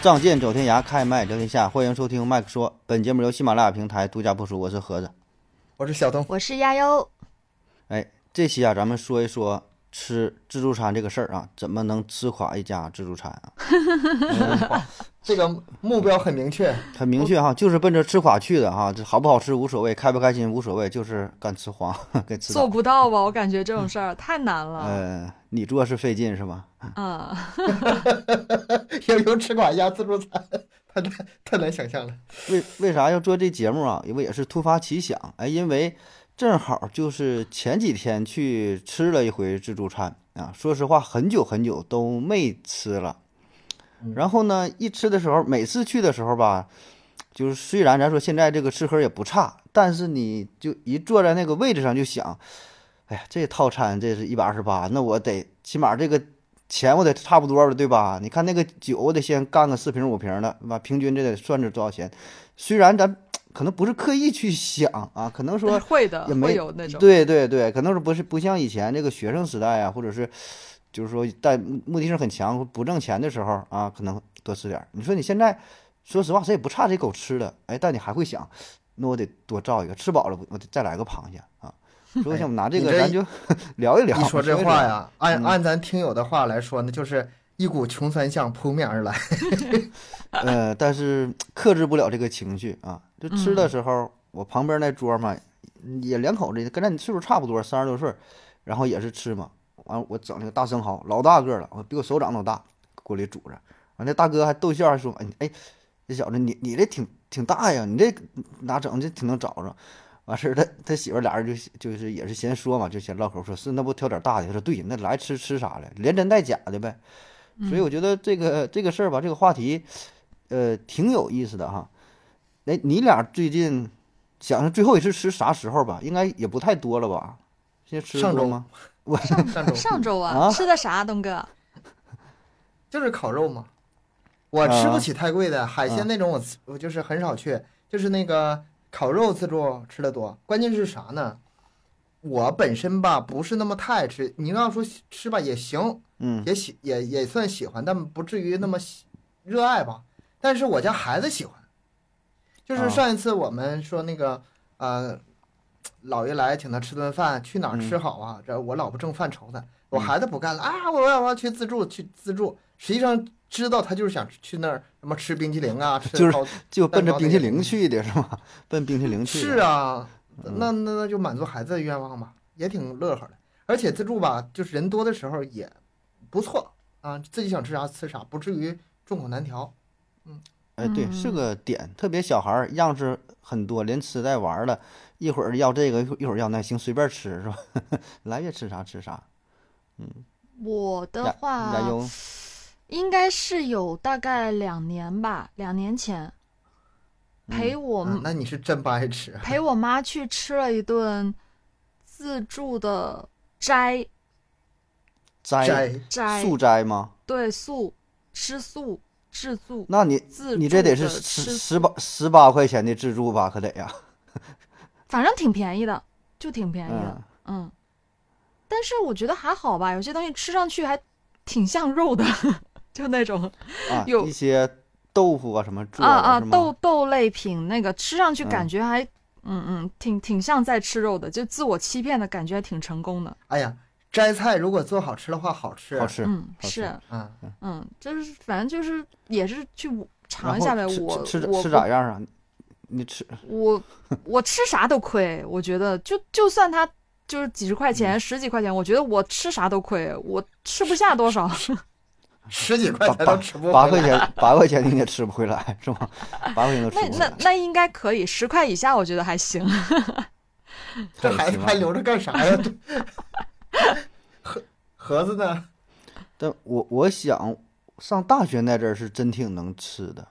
仗剑走天涯，开麦聊天下，欢迎收听麦克说。本节目由喜马拉雅平台独家播出，我是盒子。我是小 东，我是亚哦优，哎，这期啊，咱们说一说吃自助餐这个事儿啊，怎么能吃垮一家自助餐啊？ 这个目标很明确， 很明确哈，就是奔着吃垮去的哈，这好不好吃无所谓，开不开心无所谓，就是干吃黄， 给吃做倒。不到吧？我感觉这种事嗯儿太难了。呃，你做是费劲是吧？嗯，悠悠吃垮一家自助餐， 太难太难想象了。为为啥要做这节目啊？因为也是突发奇想，哎，因为正好就是前几天去吃了一回自助餐啊，说实话很久很久都没吃了。然后呢，一吃的时候，每次去的时候吧，就是虽然咱说现在这个吃喝也不差，但是你就一坐在那个位置上就想，哎呀，这套餐这是一百二十八，那我得起码这个钱我得差不多了，对吧？你看那个酒我得先干个四瓶五瓶的，吧？平均这得算是多少钱？虽然咱可能不是刻意去想啊，可能说 会的，也没会有那种。对对对，可能是不是不像以前这个学生时代啊，或者是就是说在目目的性很强、不挣钱的时候啊，可能多吃点儿。你说你现在，说实话，谁也不差这口吃的，哎，但你还会想，那我得多造一个，吃饱了我得再来个螃蟹啊。所以我想拿这你个，这咱就 聊一聊。一说这一话说，呀，按按咱听友的话来说呢，就是一股穷酸相扑面而来。呃，但是克制不了这个情绪啊。就吃的时候，我旁边那桌嘛，也两口子，跟咱岁数差不多，三十多岁儿，然后也是吃嘛。完，我整那个大生蚝，老大个儿了，我比我手掌都大，锅里煮着。完，那大哥还逗笑，还说：“哎哎，这小子你你这挺挺大呀，你这哪整这挺能找着。”完事儿，他他媳妇儿俩人就就是也是先说嘛，就先唠嗑说，是那不挑点大的，他说对，那来吃吃啥来，连真带假的呗。所以我觉得这个这个事儿吧，这个话题，呃，挺有意思的哈。哎，你俩最近想想最后一次吃啥时候吧？应该也不太多了吧？现在吃得上多周吗？ 上周上周啊啊，吃的啥，东哥？就是烤肉嘛，我吃啊不起太贵的海鲜那种我，我我就是很少去，就是那个烤肉自助吃的多。关键是啥呢？我本身吧不是那么太爱吃，你要说吃吧也行，嗯，也喜也也算喜欢，但不至于那么喜热爱吧。但是我家孩子喜欢，就是啊上一次我们说那个、呃，姥爷来请他吃顿饭，去嗯哪儿吃好啊？这我老婆正犯愁呢，我孩子不干了、啊，我要我要去自助去自助。实际上知道他就是想去那儿什么吃冰淇淋啊，吃 就是烤就奔蛋着糕冰那淇个淋去的是吧？ 奔冰淇淋去的。嗯是啊，那那那就满足孩子的愿望吧，也挺乐呵的。而且自助吧，就是人多的时候也不错啊，自己想吃啥吃啥，不至于众口难调。哎，对，是嗯个点，特别小孩儿样式很多，连吃带玩儿的，一会儿要这个，一会儿一会儿要那，行，随便吃是吧？ 来愿吃啥吃啥。我的呀话加，油，应该是有大概两年吧，两年前嗯陪我啊那你是真不爱吃啊， 陪我妈去吃了一顿自助的斋摘摘斋，素斋吗？对素吃素自助那你自助你这得是的十吃十八十八块钱的自助吧？可得呀，反正挺便宜的，就挺便宜的嗯，，嗯。但是我觉得还好吧，有些东西吃上去还挺像肉的， 就那种啊，有一些豆腐啊什么做啊的啊是吗豆豆类品那个吃上去嗯感觉还嗯嗯挺挺像在吃肉的，就自我欺骗的感觉还挺成功的。哎呀，摘菜如果做好吃的话，好吃好吃，嗯，好是啊。嗯，就是反正就是也是去尝然一下后呗。吃我吃吃我吃不咋样啊？你吃 我我吃啥都亏，我觉得就就算他就是几十块嗯钱、十几块钱，我觉得我吃啥都亏，我吃不下多少。十几块八钱八都吃不八回块来，钱八块钱你也吃不回来是吗？八块钱都吃 那不回那来，那应该可以，十块以下我觉得还行。这太孩奇子葩还了留着干啥 呀？ 盒盒子呢？但我我想上大学那阵儿是真挺能吃的，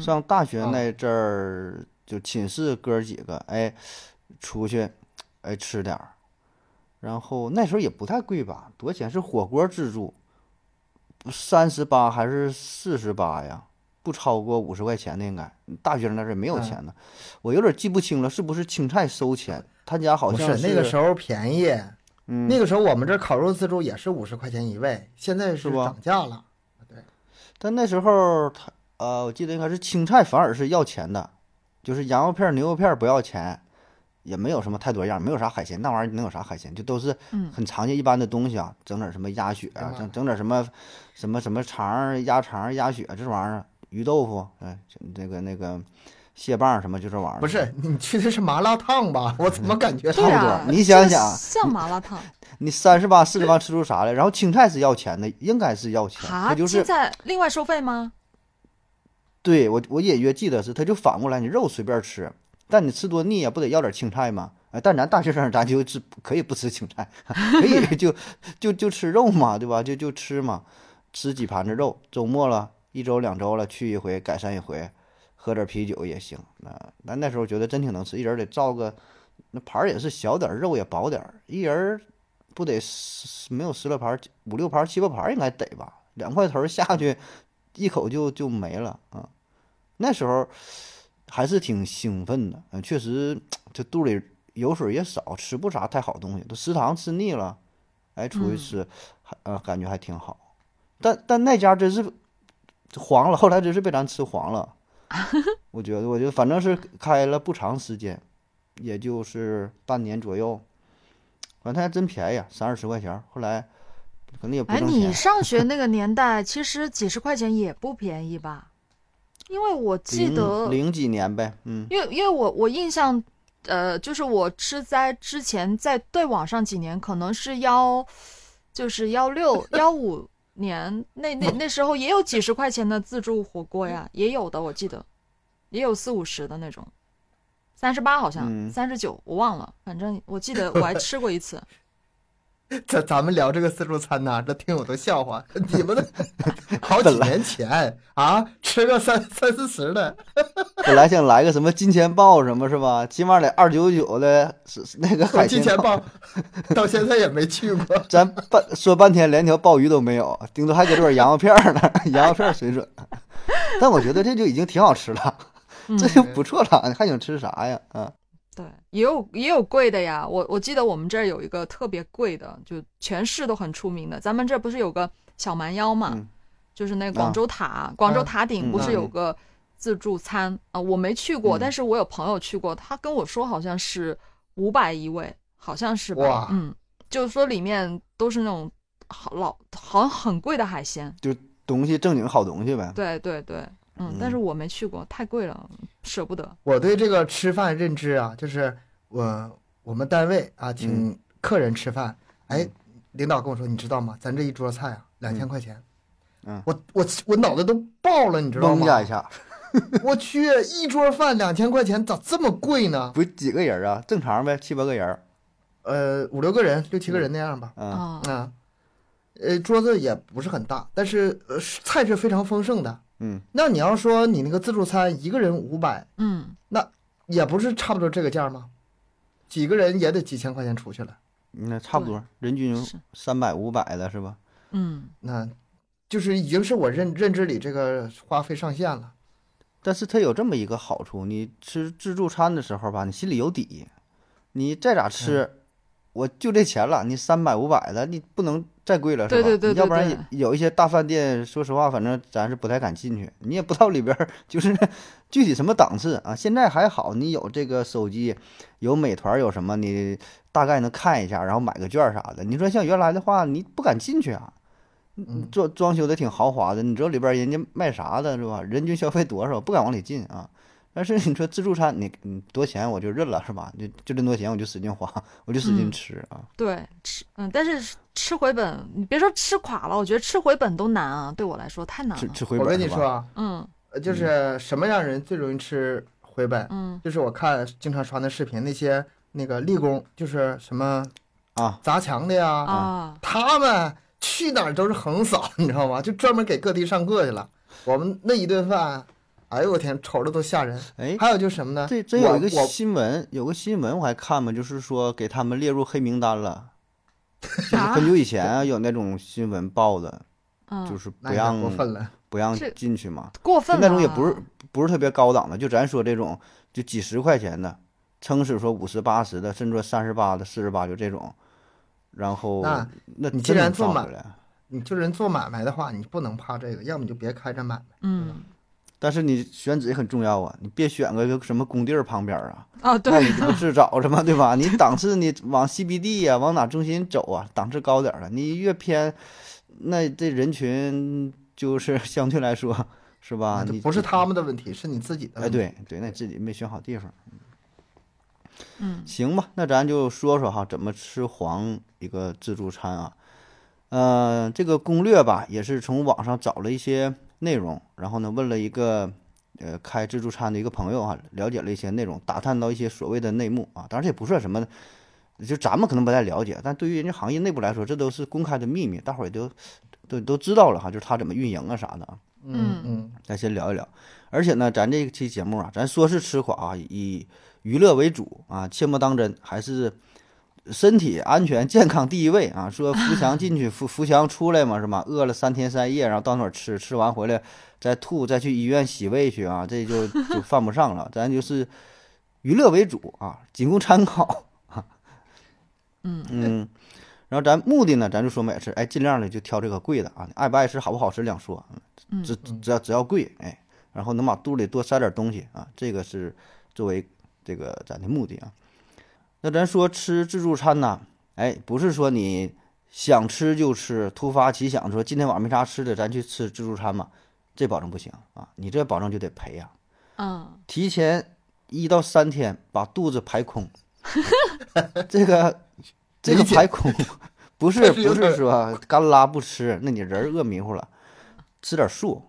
上大学那阵儿就寝室哥儿几个，哎，出去哎吃点儿，然后那时候也不太贵吧，多少钱是火锅自助，三十八还是四十八呀？不超过五十块钱的应该，大学生那阵儿没有嗯钱的，我有点记不清了，是不是青菜收钱？他家好不像是那个时候便宜，嗯那个时候我们这烤肉自助也是五十块钱一位，现在是吧涨价了。但那时候他呃，我记得应该是青菜反而是要钱的，就是羊肉片、牛肉片不要钱，也没有什么太多样，没有啥海鲜，那玩意儿能有啥海鲜？就都是嗯很常见一般的东西啊，整点什么鸭血啊嗯，整整点什么什么什么肠儿、鸭肠儿、鸭血啊这玩意儿，鱼豆腐，哎，这那个那个蟹棒什么就这玩意儿。不是你去的是麻辣烫吧？我怎么感觉差不对多啊，你想这个想像麻辣烫你三十八、四十八吃出啥来？然后青菜是要钱的，应该是要钱，啊它，就青是菜另外收费吗？对我我隐约记得是，它就反过来，你肉随便吃，但你吃多腻啊呀，不得要点青菜吗？哎，但咱大学生，咱就吃可以不吃青菜， 可以就就就吃肉嘛，对吧？就就吃嘛，吃几盘子肉，周末了，一周两周了，去一回改善一回，喝点啤酒也行。那咱那时候觉得真挺能吃，一人得造个那盘儿也是小点儿，肉也薄点儿，一人儿不得十没有十来盘儿，五六盘儿、七八盘儿应该得吧？两块头儿下去，一口就就没了啊。那时候还是挺兴奋的，嗯，确实这肚里油水也少，吃不啥太好东西，都食堂吃腻了，哎，出去嗯吃，还呃感觉还挺好。但但那家真是黄了，后来真是被咱吃黄 了。我觉得，我觉得反正是开了不长时间，也就是半年左右，反正它还真便宜啊，三四十块钱儿。后来可能也不哎，挣你钱，上学那个年代，其实几十块钱也不便宜吧？因为我记得零，零几年呗，嗯，因为因为我我印象，呃，就是我吃在之前在对网上几年，可能是幺，就是幺六幺五年那那那时候也有几十块钱的自助火锅呀，也有的，我记得也有四五十的那种。三十八好像，嗯三十九我忘了，反正我记得我还吃过一次。咱咱们聊这个自助餐呐、这听友都笑话。你 们的好几年前啊，吃个三三四十的，本来想来个什么金钱豹什么是吧？起码得二九九的，是是那个我海金鲜钱豹豹到现在也没去过。咱半说半天连条鲍鱼都没有，顶多还给这点羊肉片儿呢， 羊肉片儿水准。但我觉得这就已经挺好吃了，嗯这就不错了，你还想吃啥呀？啊，对，也有也有贵的呀。我我记得我们这儿有一个特别贵的，就全市都很出名的。咱们这儿不是有个小蛮腰嘛，嗯就是那广州塔，广州塔顶嗯不是有嗯个自助餐啊、我没去过，嗯但是我有朋友去过，他跟我说好像是五百一位，好像是吧哇？嗯，就是说里面都是那种好老好像很贵的海鲜。东西正经好东西呗。对对对，嗯，但是我没去过，太贵了，舍不得。我对这个吃饭认知啊，就是我我们单位啊，请客人吃饭，哎嗯，领导跟我说，你知道吗？咱这一桌菜啊，两千块钱，嗯我我我脑袋都爆了，你知道嗡加吗一？下，我去，一桌饭两千块钱，咋这么贵呢？不是几个人啊？正常呗，七八个人儿。呃，五六个人，六七个人那样吧。嗯，啊、啊，呃，桌子也不是很大，但是呃是菜是非常丰盛的。嗯，那你要说你那个自助餐一个人五百，嗯，也不是差不多这个价吗？几个人也得几千块钱出去了。嗯那差不多，人均是，三百五百的是吧？嗯，那就是已经是我认认知里这个花费上限了。但是它有这么一个好处，你吃自助餐的时候吧，你心里有底，你再咋嗯吃，我就这钱了，你三百五百的，你不能再贵了，是吧？对对对对要不然也有一些大饭店，说实话，反正咱是不太敢进去，你也不知道里边儿就是 具体什么档次啊。现在还好，你有这个手机，有美团，有什么你大概能看一下，然后买个券儿啥的。你说像原来的话，你不敢进去啊。嗯装装修的挺豪华的，你知道里边人家卖啥的是吧？人均消费多少，不敢往里进啊。但是你说自助餐，你你多钱我就认了是吧？就就这么多钱，我就使劲花，我就使劲嗯吃啊。对，吃嗯，但是吃回本，你别说吃垮了，我觉得吃回本都难啊，对我来说太难吃了。吃回我本跟你是吧说，啊，嗯呃就是什么样人最容易吃回本？嗯就是我看经常刷那视频，那些那个立功，就是什么啊，砸墙的呀，啊，他们去哪儿都是横扫， 你知道吗？就专门给各地上课去了。我们那一顿饭，哎呦我天，瞅着都吓人。哎，还有就是什么呢？这真有一个我我新闻，有个新闻我还看嘛，就是说给他们列入黑名单 了。就是啊很久以前啊，有那种新闻报的，就嗯，是不那也让过分了。不让这进去嘛。过分就那种也了啊不是不是特别高档的，就咱说这种就几十块钱的，撑死说五十八十的，甚至说三十八的、四十八就这种，然后那那你既真然能做造满出来，啊你就是人做买卖的话，你不能怕这个，要么你就别开着买卖。嗯，但是你选址也很重要啊，你别选个什么工地儿旁边啊，哦，那你对，这不自找着吗？对吧？你档次你往 CBD 呀、往哪中心走啊？档次高点儿了，你越偏，那这人群就是相对来说是吧？啊这你啊不是他们的问题，是你自己的哎，问题。对对，那自己没选好地方。嗯，行吧，那咱就说说哈，怎么吃黄一个自助餐啊？呃，这个攻略吧，也是从网上找了一些内容，然后呢，问了一个呃开自助餐的一个朋友啊，了解了一些内容，打探到一些所谓的内幕啊。当然，这也不算什么，就咱们可能不太了解，但对于人家行业内部来说，这都是公开的秘密，大伙儿也都都都知道了哈，就是他怎么运营啊啥的啊。嗯嗯，咱先聊一聊。而且呢，咱这期节目啊，咱说是吃垮啊，以娱乐为主啊，切莫当真，还是身体安全健康第一位啊。说扶墙进去，扶扶墙出来嘛，是吧？饿了三天三夜，然后到那儿吃，吃完回来再吐，再去医院洗胃去啊，这就就犯不上了。咱就是娱乐为主啊，仅供参考啊。嗯嗯。然后咱目的呢，咱就说每次，哎，尽量的就挑这个贵的啊，你爱不爱吃，好不好吃两说，啊嗯只只要只要贵，哎，然后能把肚里多塞点东西啊，这个是作为这个咱的目的啊。那咱说吃自助餐呐，哎，不是说你想吃就吃，突发奇想说今天晚上没啥吃的，咱去吃自助餐吧，这保证不行啊，你这保证就得赔呀、嗯，提前一到三天把肚子排空，这个这个理解排空不是但是有不点是说干拉不吃，那你人儿饿迷糊了，吃点素，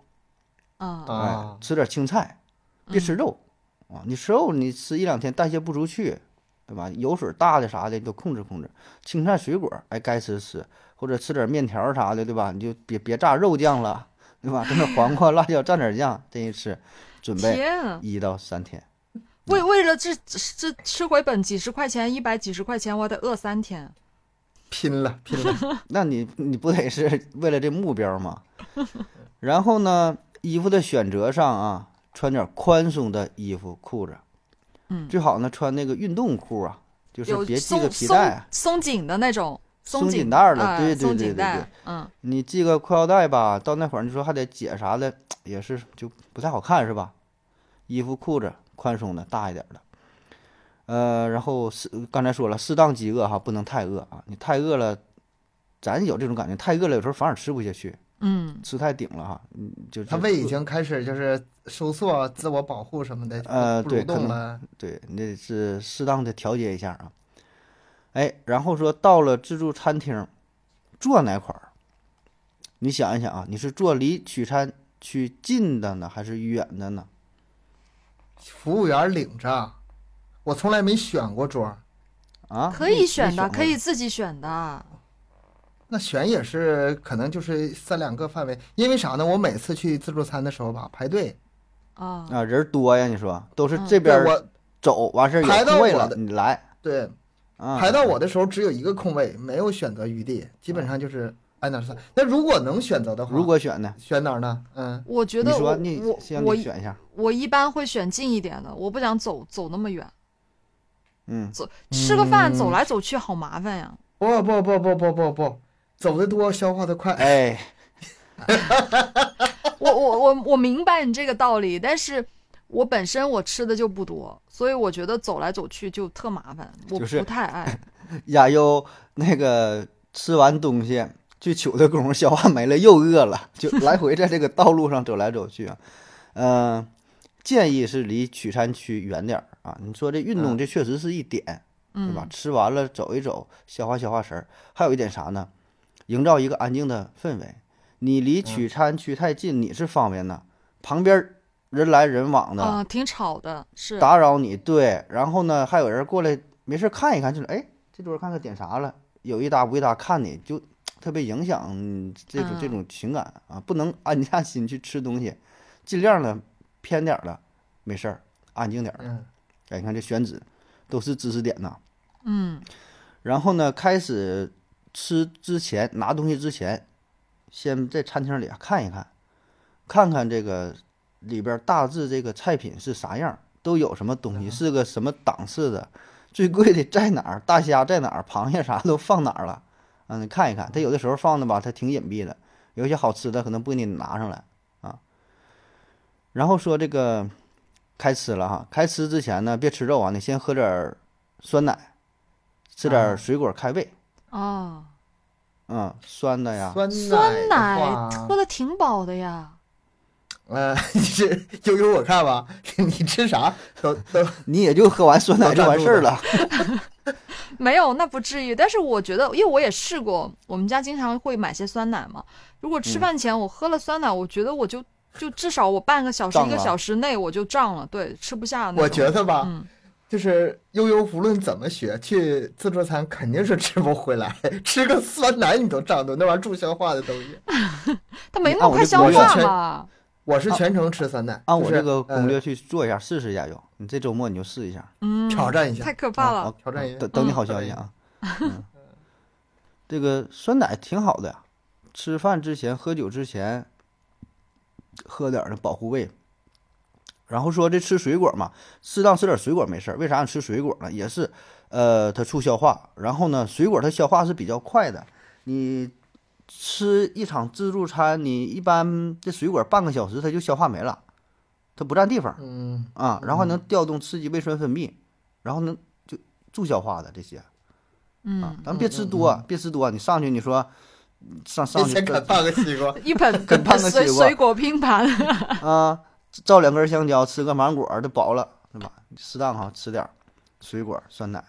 啊，哎啊，，吃点青菜，别吃肉、啊！你吃肉，你吃一两天代谢不出去，对吧？油水大的啥的都控制控制，青菜水果，哎，该吃吃，或者吃点面条啥的，对吧？你就别别炸肉酱了，对吧？整点黄瓜、辣椒蘸点酱，这一吃，准 备嗯天啊，一到三天。为为了这这吃回本几十块钱，一百几十块钱，我得饿三天。拼了拼了，那你你不得是 为了这目标吗？ 然后呢，衣服的选择上啊，穿点宽松的衣服裤子，嗯最好呢穿那个运动裤啊，就是有别系松个皮松带啊，松紧的那种松紧紧带儿的哎对对对松紧对带对，嗯你系个裤腰带吧，到那会儿你说还得解啥的，也是就不太好看是吧？衣服裤子宽松的大一点的，呃，然后适刚才说了，适当饥饿哈，不能太饿啊，你太饿了，咱有这种感觉，太饿了有时候反而吃不下去。嗯吃太顶了哈，嗯，就他就胃已经开始就是收缩、自我保护什么的，呃不对蠕动了。对，你得是适当的调节一下啊。哎，然后说到了自助餐厅，坐哪块儿？你想一想啊，你是坐离取餐区近的呢，还是远的呢？服务员领着，我从来没选过桌，啊，可你以你选的，过可以自己选啊的。那选也是可能就是三两个范围，因为啥呢？我每次去自助餐的时候吧，排队，啊啊，人多呀，你说都是嗯这边儿对我走完事儿排有到空位我了的，你来对啊，排到我的时候只有一个空位，没有选择余地，基本上就是按哪儿算。那如果能选择的话，啊如果选呢？选哪儿呢？嗯，我觉你得说我你我先我你选一下，我一般会选近一点的，我不想走走那么远，嗯，走吃个嗯饭走来走去好麻烦呀。不不不不不不不，走得多，消化得快。哎，嗯 我我我我明白你这个道理，但是我本身我吃的就不多，所以我觉得走来走去就特麻烦，我就是不太爱。亚优那个吃完东西去取的功夫消化没了，又饿了，就来回在这个道路上走来走去啊。呃，建议是离取餐区远点儿啊。你说这运动这确实是一点， 对吧嗯？吃完了走一走，消化消化食儿。还有一点啥呢？营造一个安静的氛围。你离取餐区太近，你是方便呢，旁边儿人来人往的，啊、挺吵的，是打扰你，对。然后呢，还有人过来没事儿看一看，就是哎，这桌看看点啥了，有一搭无一搭看你，就特别影响你这种这嗯种情感啊，不能安下心去吃东西，尽量的偏点儿了，没事儿，安静点儿。嗯，哎，你看这选址都是知识点呐。嗯然后呢，开始吃之前拿东西之前，先在餐厅里啊看一看，看看这个里边大致这个菜品是啥样，都有什么东西，是个什么档次的，最贵的在哪儿，大虾在哪儿，螃蟹啥都放哪儿了，嗯，你看一看，它有的时候放的吧，它挺隐蔽的，有一些好吃的可能不给你拿上来啊。然后说这个开吃了哈，开吃之前呢，别吃肉啊，你先喝点儿酸奶，吃点儿水果开胃，哦，嗯，酸的呀，酸酸奶的话喝的挺饱的呀。呃， 你是悠悠我看吧， 你吃啥都都嗯你也就喝完酸奶就完事儿 了。没有，那不至于。但是我觉得，因为我也试过，我们家经常会买些酸奶嘛。如果吃饭前我喝了酸奶，我觉得我就就至少我半个小时胀一个了小时内我就胀了，对，吃不下那种。我觉得吧，嗯，就是悠悠无论怎么学，去自助餐肯定是吃不回来， 吃个酸奶你都胀肚，那玩意儿助消化的东西。它没你那按么我快这消攻略化全吧？我是全程吃酸奶，按啊我就是这个攻略呃去做一下，试试一下有。你这周末你就试一下，嗯，挑战一下太。可怕啊了。我挑战一下等等你好嗯消息啊。嗯，这个酸奶挺好的呀，吃饭之前、喝酒之前喝点儿的保护胃。然后说这吃水果嘛，适当吃点水果没事儿。为啥你吃水果呢？也是，呃，它促消化。然后呢，水果它消化是比较快的。你吃一场自助餐，你一般这水果半个小时它就消化没了，它不占地方。嗯，啊，然后还能调动刺激胃酸分泌，然后能就助消化的这些啊嗯，，咱别吃多，别吃多，你上去你说嗯上面上去前啃半个西瓜，一盆跟胖子水西瓜水果拼盘，啊，照两根香蕉，吃个芒果儿都饱了，对吧？适当哈吃点儿水果、酸奶。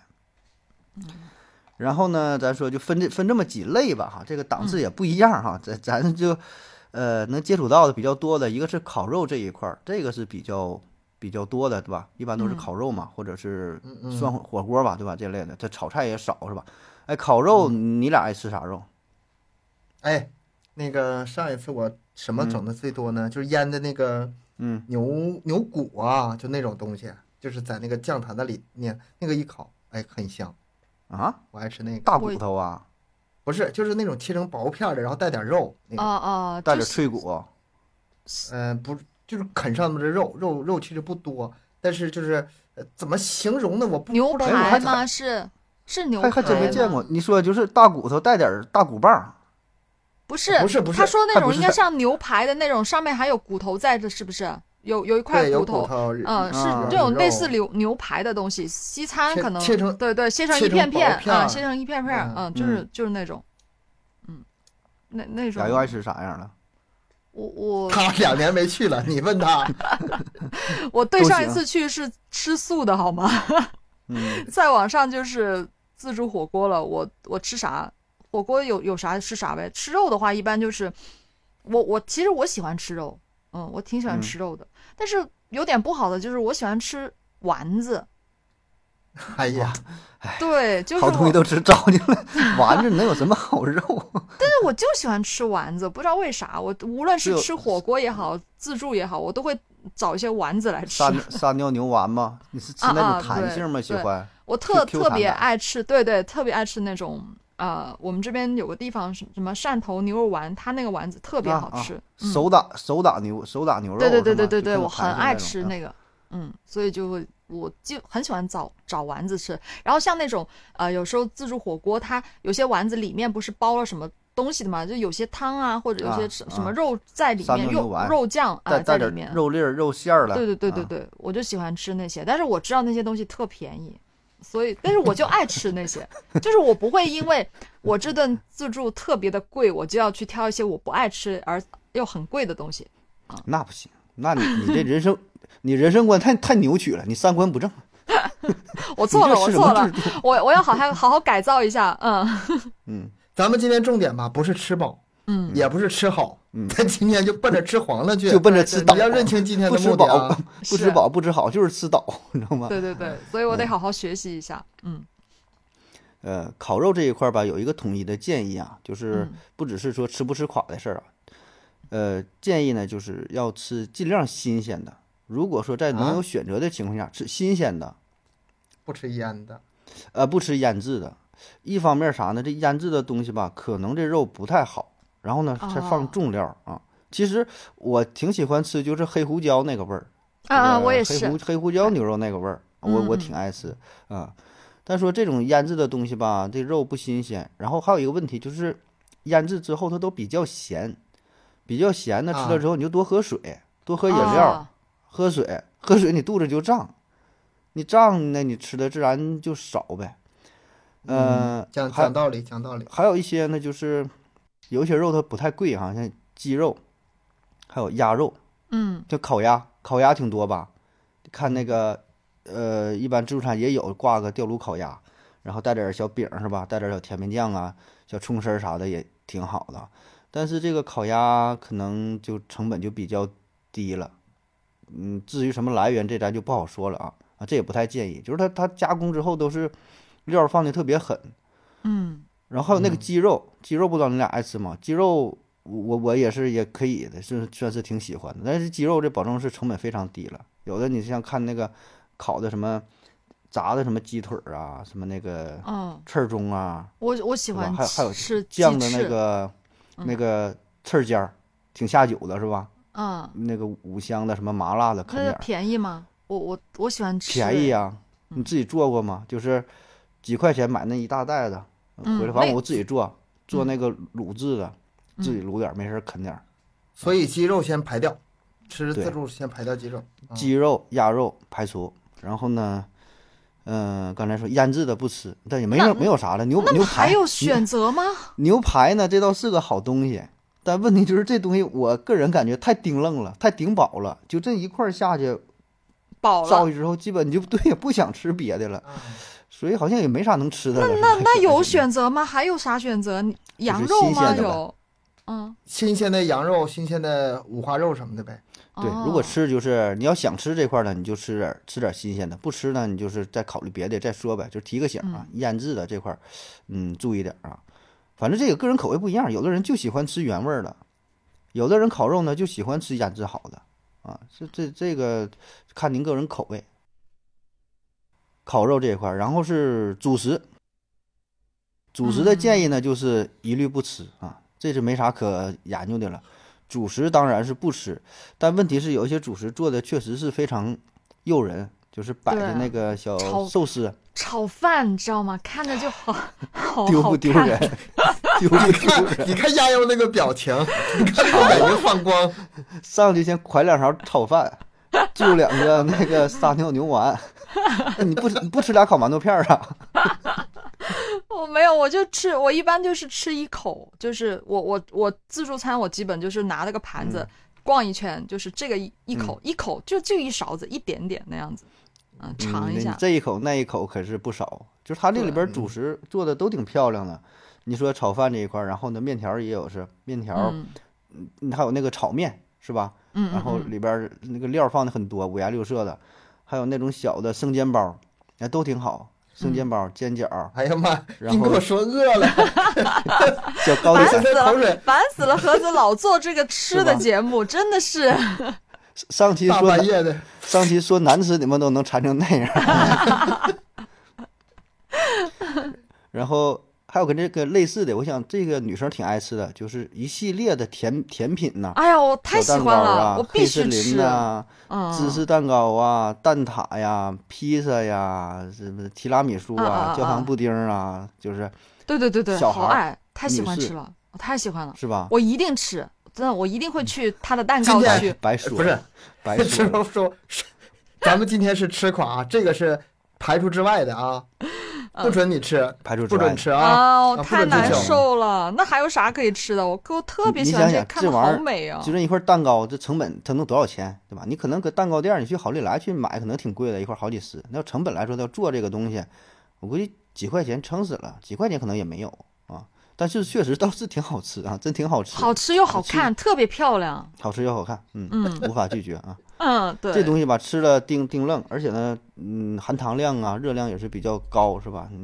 然后呢，咱说就分这分这么几类吧，哈，这个档次也不一样哈，咱咱就，呃，能接触到的比较多的，一个是烤肉这一块儿，这个是比较比较多的，对吧？一般都是烤肉嘛，或者是嗯嗯涮火火锅吧，对吧？这类的，这炒菜也少是吧？哎，烤肉你俩爱吃啥肉？哎，那个上一次我什么整的最多呢？就是腌的那个，嗯，牛牛骨啊，就那种东西，就是在那个酱坛子里面那个一烤，哎，很香，啊，我爱吃那个。大我骨头啊，不是，就是那种切成薄片儿的，然后带点肉那哦个。哦，带就点是脆骨，嗯、不，就是啃上面的肉，肉肉其实不多，但是就是、呃、怎么形容呢？我不牛不知道我还排咋吗？是是牛还排还真没吗见过。你说就是大骨头带点儿大骨棒儿，不是不是不是他说那它种不是应该像牛排的那种，上面还有骨头在的，是不是？有有一块对，有骨骨头，头，嗯，啊是这种类似牛牛排的东西。西餐切可能切成对对，切成切一成片片薄片啊，儿切成一片片儿，嗯嗯，就是就是那种，嗯，那那种俩又爱吃啥样的？我我他两年没去了，你问 他，我对都上一行次去是吃素的好吗？ 嗯，再往上就是自助火锅了。我我吃啥？火锅有有啥吃啥呗。吃肉的话，一般就是我我其实我喜欢吃肉，嗯，我挺喜欢嗯吃肉的。但是有点不好的就是我喜欢吃丸子，哎呀，对， 就是好我东西都吃糟践了， 丸子能有什么好 肉？但是我就喜欢吃丸子，不知道为啥。我无论是是有吃火锅也好，自助也好，我都会找一些丸子来吃撒。撒尿牛丸吗？你是吃啊那啊种弹性吗？喜欢？我特 Q- Q 特弹别的爱吃，对对，特别爱吃那种呃，我们这边有个地方是什么汕头牛肉丸，它那个丸子特别啊好啊吃，嗯手打手打牛手打牛肉是对吗，对对对对就对，各种我弹很性爱种吃嗯那个，嗯，所以就会我就很喜欢找找丸子吃。然后像那种呃，有时候自助火锅，它有些丸子里面不是包了什么东西的嘛，就有些汤啊，或者有些啊什啊什么肉在里三面，文肉牛丸肉酱啊带在带里面点。肉粒儿、肉馅儿了。对对对对啊，对，我就喜欢吃那些，但是我知道那些东西特便宜，所以但是我就爱吃那些，就是我不会因为我这顿自助特别的贵，我就要去挑一些我不爱吃而又很贵的东西。啊那不行，那你你这人生你人生观太太扭曲了，你三观不正。我你这错了，我是什错么了制，度？我我要好好好好改造一下， 嗯嗯，咱们今天重点吧，不是吃饱，嗯，也不是吃好，嗯 咱今天就奔着吃黄了去，就奔着对吃对倒你，要认清今天不的吃目的饱啊！不吃是饱不吃好，就是吃倒，你知道吗？对对嗯对，所以我得好好学习一下，嗯呃，烤肉这一块儿吧，有一个统一的建议啊，就是嗯不只是说吃不吃垮的事儿啊，呃，建议呢就是要吃尽量新鲜的。如果说在能有啊选择的情况下，吃新鲜的， 不吃腌的，呃，不吃腌制的。一方面啥呢？这腌制的东西吧，可能这肉不太好，然后呢，再哦放重料啊。其实我挺喜欢吃，就是黑胡椒那个味儿。啊啊，这个我也黑胡是，哎嗯黑胡椒牛肉那个味儿，我我挺爱吃啊。但说这种腌制的东西吧，这肉不新鲜。然后还有一个问题就是，腌制之后它都比较咸，比较咸呢，吃啊了之后你就多喝水，多喝饮料，啊喝水，喝水你肚子就胀，你胀呢，你吃的自然就少呗。嗯呃，讲还讲道理，讲道理。还有一些呢，就是有一些肉它不太贵哈、像鸡肉，还有鸭肉，嗯就烤鸭，烤鸭挺多吧？看那个，呃，一般自助餐也有挂个吊炉烤鸭，然后带点儿小饼儿是吧？带点儿小甜面酱啊，小葱丝儿啥的也挺好的。但是这个烤鸭可能就成本就比较低了，嗯，至于什么来源，这咱就不好说了啊啊，这也不太建议。就是它它加工之后都是料儿放的特别狠，嗯然后还有那个鸡肉，鸡肉不知道你俩爱吃吗？鸡肉我我也是也可以的，是算是挺喜欢的。但是鸡肉这保证是成本非常低了，有的你像看那个烤的什么炸的什么鸡腿儿啊，什么那个嗯，翅儿中啊，我我是喜吧欢还有还有吃鸡酱的那翅，个那个翅儿尖儿，挺下酒的是吧？嗯，那个五香的什么麻辣的啃那点个儿，便宜吗？我我我喜欢吃，便宜啊呀、你自己做过吗？就是几块钱买那一大袋子，嗯回来反那嗯正我自己做，做那个卤制的，自己卤点儿，没事儿啃点儿。所以鸡肉先排掉，吃对自助先排掉鸡肉。嗯啊鸡肉、鸭肉排除，然后呢，嗯、刚才说腌制的不吃，但也没那有没有啥了。牛那牛么还排有选择吗？牛排呢，这倒是个好东西，但问题就是这东西我个人感觉太顶愣了，太顶饱了，就这一块儿下去饱造了，去之后，基本你就对也不想吃别的了，啊所以好像也没啥能吃的了。是吧 那那有选择吗？还有啥选择？你羊肉新吗？鲜的呗有，嗯， 新鲜的羊肉、新鲜的五花肉什么的 呗。 对，如哦果吃就是你要想吃这块儿呢，你就吃点儿吃点儿新鲜的；不吃呢，你就是再考虑别的再说呗，就提个醒啊。腌制的这块儿，嗯，注意点儿啊。反正这个个人口味不一样，有的人就喜欢吃原味儿的，有的人烤肉呢就喜欢吃腌制好的啊。这这这个看您个人口味。烤肉这一块儿，然后是主食，主食的建议呢就是一律不吃啊，这是没啥可研究的了。主食当然是不吃，但问题是，有一些主食做的确实是非常诱人，就是摆对的啊那个小超寿司，炒饭，你知道吗？看着就好，好丢好不丢看人？丢不你丢看，人？你看亚优那个表情， 你看他眼睛放光，上去先㧟两勺炒饭，就两个那个撒尿牛丸。你不你不吃俩烤馒头片儿啊？ 我没有，我就吃，我一般就是吃一口，就是我我我自助餐，我基本就是拿了个盘子、嗯逛一圈，就是这个一一口、一口就就一勺子一点点那样子，嗯， 尝嗯一你下，这一口那一口可是不少，就是它这里边主食做的都挺漂亮的。你说炒饭这一块儿，然后呢面条儿也有是面条儿，嗯你还有那个炒面是吧？嗯，然后嗯里边儿那个料儿放的很多，五颜六色的，还有那种小的生煎包儿，哎，都挺好。生嗯煎包儿、煎饺儿、哎呀妈！然后你跟我说饿 了，小糕烦点死儿，口水了，烦死了，盒子老做这个吃的吧节目，真的是，上期大说半难夜的，上期说难吃，你们都能馋成那样儿。 然后还有跟这个类似的，我想这个女生挺爱吃的，就是一系列的甜甜品呐、哎呀，我太喜小蛋欢糕了，啊我，黑必森须林吃，呐、嗯，芝士蛋糕啊、蛋挞呀、披萨呀、什么提拉米苏啊啊啊啊、焦糖布丁儿啊，就是对对对对，小好孩儿爱，太喜女欢士吃了，我太喜欢了，是吧？啊我一定吃，真的，我一定会去他的蛋今糕天区，白说，不是，白吃说了，说说，咱们今天是吃垮啊，这个是排除之外的啊，不准你吃，排除之不外准的。吃啊！啊，啊太不准难计较受了。那还有啥可以吃的？我我特别你喜欢想这个，想看这着玩意好儿美啊就！这一块蛋糕，这成本它能多少钱，对吧？你可能搁蛋糕店儿，你去好利来去买，可能挺贵的，一块好几十。那要成本来说，要做这个东西，我估计几块钱撑死了，几块钱可能也没有啊。但是确实倒是挺好吃啊，真挺好吃，好吃又好看，特别漂亮。好吃又好看，嗯， 嗯无法拒绝啊。嗯，对，这东西吧，吃了定定愣，而且呢，嗯，含糖量啊、热量也是比较高，是吧？嗯，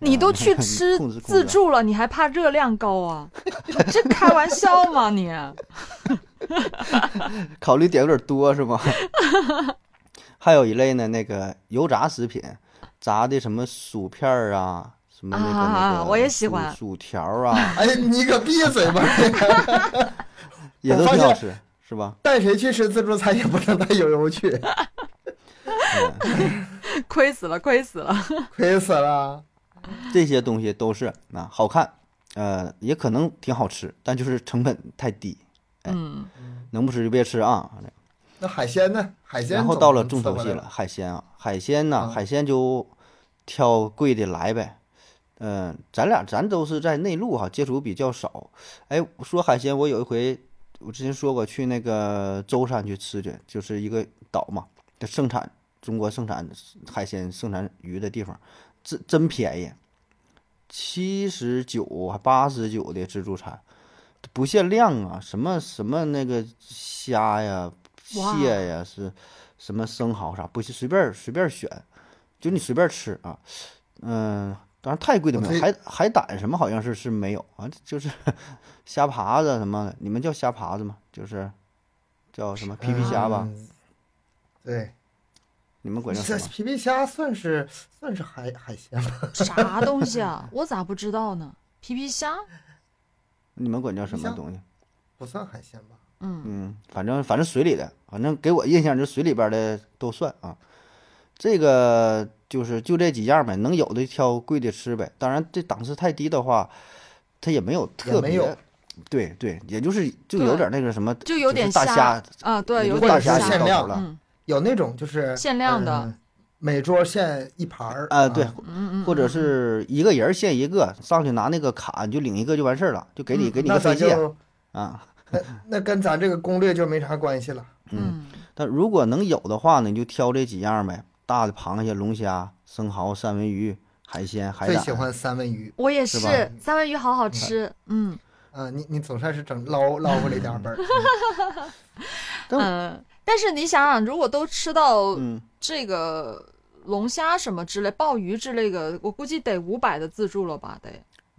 你都 去吃控制控啊制自助了，你还怕热量高啊？ 这开玩笑吗你？ 考虑点有点多是 吗？还有一类呢，那个油炸食品，炸的什么薯片儿啊，什么那个、啊那个，我也喜欢薯薯条儿 啊，哎，你可闭嘴 吧！也都挺好吃，是吧？带谁去吃自助餐也不能带悠悠去，嗯亏死了，亏死了。 亏死了。这些东西都是啊，好看，呃，也可能挺好吃，但就是成本太低，嗯，能不吃就别吃啊。那海鲜呢？海鲜然后总到了能重凑头合戏来了，，海鲜啊，海鲜呐、嗯海鲜就挑贵的来呗。嗯、咱俩咱都是在内陆哈、接触比较少。哎，说海鲜，我有一回我之前说过去那个舟山去吃去，就是一个岛嘛，这盛产中国盛产海鲜、盛产鱼的地方，真真便宜，七十九还八十九的自助餐，不限量啊，什么什么那个虾呀、哇蟹呀是。什么生蚝啥，不是随便随便选，就你随便吃啊。嗯，当然太贵的没有，我海海胆什么好像是是没有啊，就是 虾爬子什么的，你们叫虾爬子吗？就是叫什么皮皮虾吧？嗯对，你们管叫什这么？皮皮虾算是算是海海鲜吧？啥东西啊？我咋不知道呢？皮皮虾，你们管叫什皮么虾东西？不算海鲜吧？嗯，嗯，反正反正水里的，反正给我印象就是水里边的都算啊。这个就是就这几样呗，能有的挑贵的吃呗。当然，这档次太低的话，它也没有特没别有，对对，也就是就有点那个什么，就有点是大虾，啊，对，也就有是大点虾虾就限到头量了，嗯有那种就是限量的嗯每桌限一盘儿啊对，嗯嗯，或者嗯是一个人限一个，上去拿那个卡你就领一个就完事儿了，就给你嗯给你那个飞咱蟹就啊。那跟咱这个攻略就没啥关系了。嗯但如果能有的话呢，你就挑这几样呗，大的螃蟹、龙虾、生蚝、三文鱼、海鲜、海最胆。喜欢三文鱼我也是是吧，三文鱼好好吃，嗯啊！你你总算是整捞捞回来点儿 本儿。嗯嗯。但是你想想，如果都吃到嗯，这个龙虾什么之类、鲍鱼之类的，我估计得五百的自助了吧，得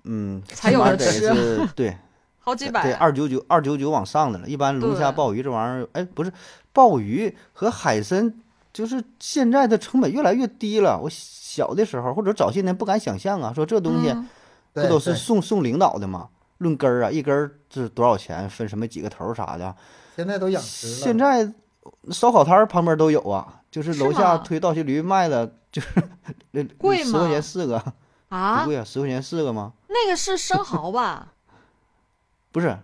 嗯，才有起码的得 吃是，对，好几对，百。二九九二九九往上的了。一般龙虾、对鲍鱼这玩意儿，哎，不是，鲍鱼和海参，就是现在的成本越来越低了。我小的时候或者早些年不敢想象啊，说这东西嗯不都是对对送送领导的吗？论根儿啊，一根儿是多少钱，分什么几个头儿啥的啊。现在都养殖了。现在烧烤摊儿旁边都有啊，就是是楼下吗推倒骑驴卖的，就是贵十块吗钱四个，不啊，贵啊，十块钱四个吗？那个是生蚝吧？不是，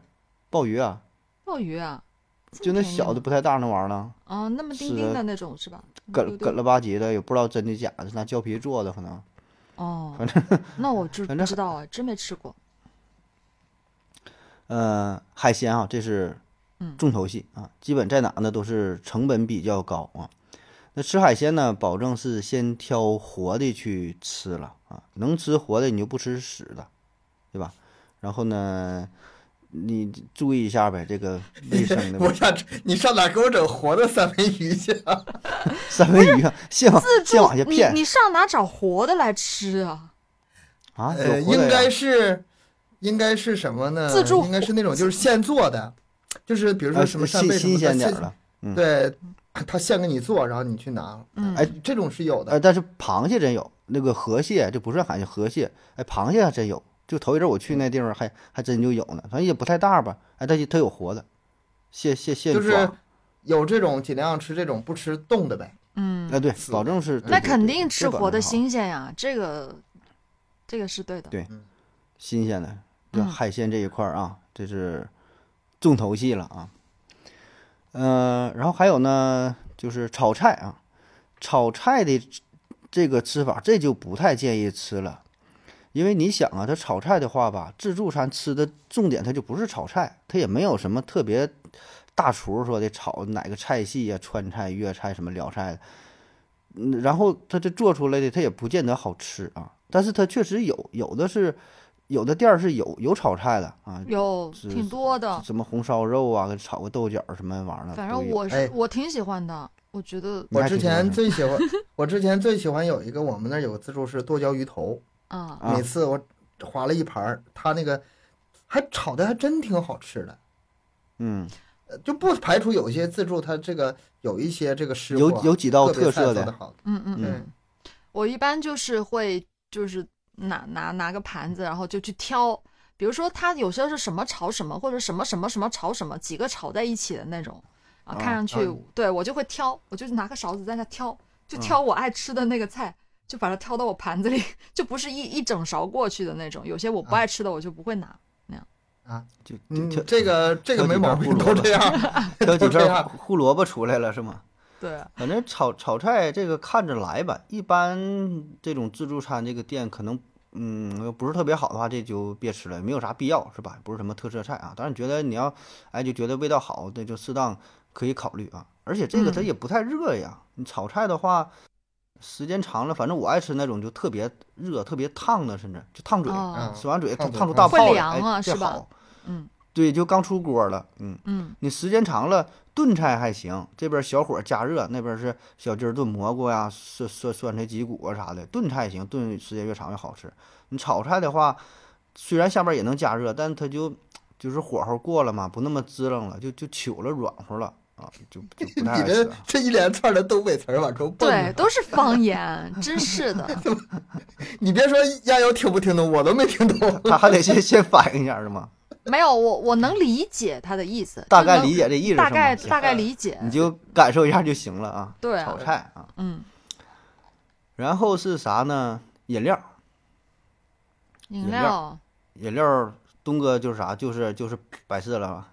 鲍鱼啊，鲍鱼啊，这么就那便宜小的吗嗯不太大那玩意儿了。哦，那么丁是丁的的那种是吧？梗梗梗了吧唧的，也不知道真的假的，是拿胶皮做的可能。哦，那我就反不正知道啊，真没吃过。呃，海鲜啊，这是嗯重头戏啊，基本在哪呢都是成本比较高啊。那吃海鲜呢，保证是先挑活的去吃了啊，能吃活的你就不吃死的，对吧？然后呢，你注意一下呗，这个卫生的我问题想啊你上哪儿给我整活的三文鱼去啊？三文鱼啊，先往自助先往下，你骗你上哪找活的来吃啊？啊，有活的呃，应呀该是，应该是什么呢？自助应该是那种就是现做的，就是比如说啊什么扇新贝什么新的鲜点现儿了。嗯对，他现给你做，然后你去拿。嗯，哎，这种是有的。呃，但是螃蟹真有，那个河蟹就不算海鲜，河蟹，哎，螃蟹还真有。就头一阵儿我去那地方还，还真就有呢，反正也不太大吧，哎，但是它有活的，蟹蟹蟹就抓，是有这种尽量吃这种，不吃冻的呗。嗯，哎，对，死保证是，对那对肯对定这吃保活证的好新鲜呀，这个这个是对的。对新鲜的，这嗯海鲜这一块儿啊，这是重头戏了啊。呃，然后还有呢，就是炒菜啊，炒菜的这个吃法，这就不太建议吃了，因为你想啊，它炒菜的话吧，自助餐吃的重点它就不是炒菜，它也没有什么特别大厨说的炒哪个菜系呀、川菜、粤菜什么辽菜的，嗯，然后它这做出来的它也不见得好吃啊，但是它确实有有的是。有的店儿是有有炒菜的啊，有是挺多的，什么红烧肉啊，跟炒个豆角什么玩意儿的。哦反正都有我哎是我挺喜欢的，我觉得你我还之挺喜欢前的最喜欢， 我之前最喜欢有一个，我们那儿有个自助是剁椒鱼头，啊，啊每次我划了一盘儿，他那个还炒的还真挺好吃的。嗯，呃就不排除有些自助它这个有一些这个师有傅啊有几道个别特菜色做得的，好，嗯嗯嗯嗯，我一般就是会就是拿拿拿个盘子，然后就去挑。比如说，它有些是什么炒什么，或者什么什么什么炒什么，几个炒在一起的那种啊，啊看上去、啊对我就会挑，我就拿个勺子在那挑，就嗯挑我爱吃的那个菜，就把它挑 到我盘子里，就不是一一整勺过去的那种。有些我不啊爱吃的，我就不会拿。啊，就嗯挑，这个这个没毛病，挑都几这片样，挑都几这片样。胡萝卜出来了是吗？对，反正炒炒菜这个看着来吧，一般这种自助餐这个店可能，嗯，要不是特别好的话，这就别吃了，没有啥必要，是吧？不是什么特色菜啊。当然，觉得你要，哎，就觉得味道好，那就适当可以考虑啊。而且这个它嗯也不太热呀，你炒菜的话，时间长了，反正我爱吃那种就特别热、特别烫的，甚至就烫嘴，哦，嗯吃完嘴烫烫嘴烫出烫大嘴泡会来，凉啊哎，这是吧好，嗯对，就刚出锅了，嗯。嗯你时间长了，炖菜还行，这边小火加热，那边是小鸡儿炖蘑菇呀、涮涮涮菜脊骨啊啥的，炖菜行，炖时间越长越好吃。你炒菜的话，虽然下边也能加热，但它就就是火候过了嘛，不那么支棱了，就就糗了、软和了啊，就 就不太 你爱这 吃啊。这一连串的东北词儿往出蹦啊，对，都是方言，真是 的。你别说亚友听不听懂，我都没 听懂。他还得先先反应一下是吗？没有，我我能理解他的意思，大就概能理解这意思大是概吗？大概理解。你就感受一下就行了啊。对啊炒菜啊，嗯，然后是啥呢？饮料，饮饮料料饮料，东哥就是啥，就是就是百事了吧。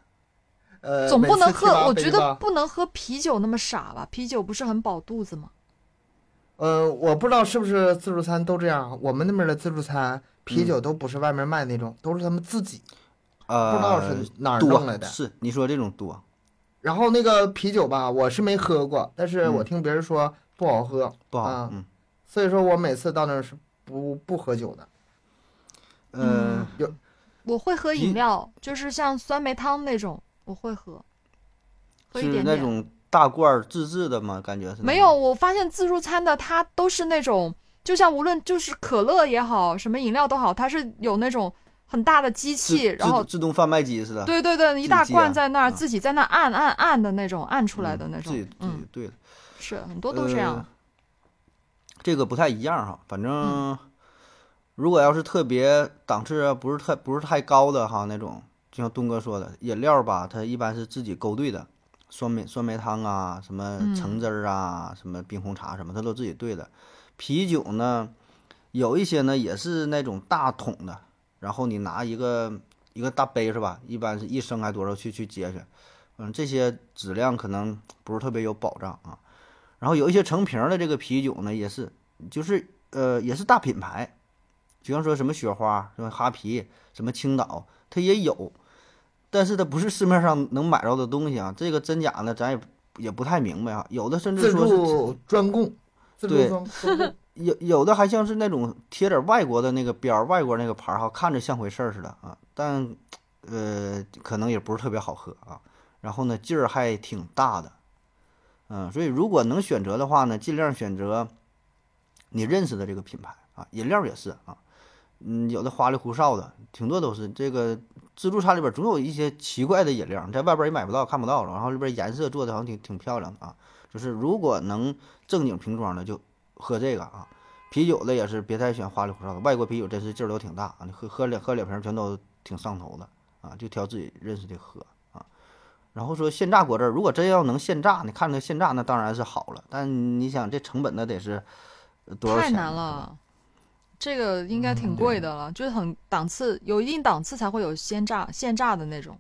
呃，总不能每次去喝，吧我北觉京得吧不能喝啤酒那么傻吧？啤酒不是很饱肚子吗？呃，我不知道是不是自助餐都这样，我们那边的自助餐嗯啤酒都不是外面卖那种，都是他们自己，不呃，知道是哪儿多弄来的。是你说这种多，然后那个啤酒吧，我是没喝过，但是我嗯听别人说不好喝，不好，啊嗯，所以说我每次到那儿是不不喝酒的。嗯嗯呃，我会喝饮饮料，就是像酸梅汤那种，我会喝，就喝一是点那点。种大罐儿自制的嘛，感觉是那没种有，我发现自助餐的它都是那种，就像无论就是可乐也好，什么饮料都好，它是有那种很大的机自器，然后自自动贩卖机似的，对对对，一己大接罐啊在那儿嗯自己在那儿按按按的那种，按出来的那嗯种自己，自嗯己，对的，是很多都这样呃。这个不太一样哈，反嗯正如果要是特别档次啊，不是太不是太高的哈那种，就像东哥说的，饮料吧，它一般是自己勾兑的，酸梅酸梅汤啊，什么嗯橙汁儿啊，什么冰红茶什么，它都自己兑的。啤酒呢，有一些呢也是那种大桶的，然后你拿一个一个大杯是吧？一般是一升还多少去去接去，嗯，这些质量可能不是特别有保障啊。然后有一些成瓶儿的这个啤酒呢，也是，就是呃，也是大品牌，就像说什么雪花、什么哈啤、什么青岛，它也有，但是它不是市面上能买着的东西啊。这个真假呢，咱也也不太明白啊。有的甚至自说是助专供，自助对专专供。有有的还像是那种贴点外国的那个标儿、外国那个牌儿哈，看着像回事儿似的啊，但呃，可能也不是特别好喝啊。然后呢，劲儿还挺大的，嗯，所以如果能选择的话呢，尽量选择你认识的这个品牌啊，饮料也是啊，嗯，有的花里胡哨的，挺多都是这个自助餐里边儿总有一些奇怪的饮料，你在外边儿也买不到、看不到了，然后里边儿颜色做的好像挺挺漂亮的啊，就是如果能正经瓶装的就喝这个啊。啤酒的也是别太选花里胡哨的，外国啤酒真是劲儿都挺大啊，你喝喝两喝两瓶全都挺上头的啊，就挑自己认识的喝啊。然后说现榨果汁儿，如果真要能现榨，你看它现榨那当然是好了，但你想这成本那得是呃多少太钱？嗯难。了，这个应该挺贵的了，就是很档次，有一定档次才会有鲜榨现榨的那种，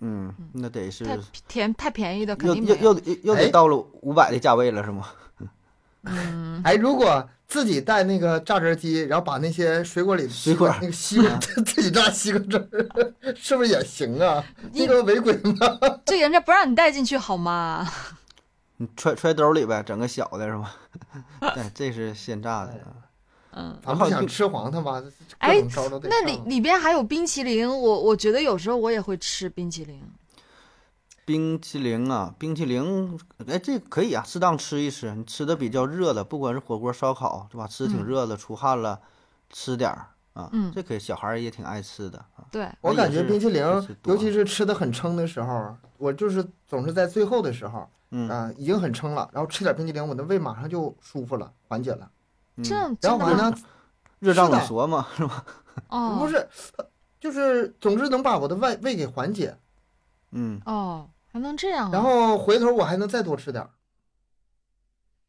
嗯，那得是太甜太便宜的肯又定没又有。又又又得哎到了五百的价位了是吗？ 嗯，哎，如果自己带那个榨汁机，然后把那些水果里的水西瓜果那个西瓜 自己榨西瓜汁儿，是不是也行啊？这个违规吗？这个人家不让你带进去好吗？你揣揣兜里呗，整个小的是 吗？对，这是现榨的哎啊。嗯，咱不想吃黄它吧？哎各种招都得上。啊那里嗯里边还有冰淇淋，我我觉得有时候我也会吃冰淇淋。冰淇淋啊，冰淇淋，哎，这可以啊，适当吃一吃。你吃的比较热的，不管是火锅、烧烤，对吧？吃挺嗯热的，出汗了，吃点儿啊，嗯这可以，小孩儿也挺爱吃的啊。对，我感觉也是冰淇淋也是，多尤其是吃的很撑的时候，我就是总是在最后的时候，嗯啊、已经很撑了，然后吃点冰淇淋，我的胃马上就舒服了，缓解了。嗯，这样然真后的完吗？了，热胀冷 是的缩嘛，是吧？哦，不是，呃就是总之能把我的胃胃给缓解，嗯，哦，还能这样啊？然后回头我还能再多吃点儿。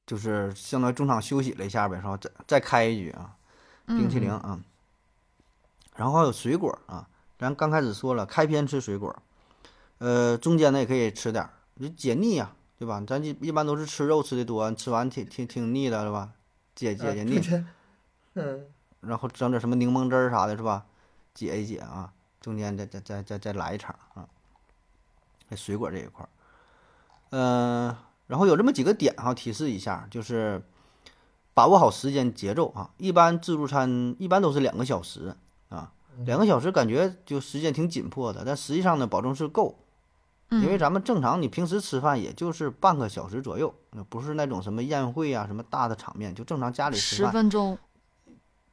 就是相当于中场休息了一下呗，然后再再开一局啊，冰淇淋嗯啊，然后还有水果啊，咱刚开始说了，开篇吃水果，呃，中间呢也可以吃点儿，就解腻呀、对吧？咱一一般都是吃肉吃的多，吃完挺挺挺腻的，是吧？解解呃解腻，腻。嗯，然后整点什么柠檬汁儿啥的，是吧？解一解啊，中间再再再再再来一场啊。这水果这一块儿，呃，然后有这么几个点哈、提示一下，就是把握好时间节奏啊。一般自助餐一般都是两个小时啊，两个小时感觉就时间挺紧迫的，但实际上呢，保证是够。嗯因为咱们正常，你平时吃饭也就是半个小时左右，那不是那种什么宴会啊、什么大的场面，就正常家里吃十饭，分钟，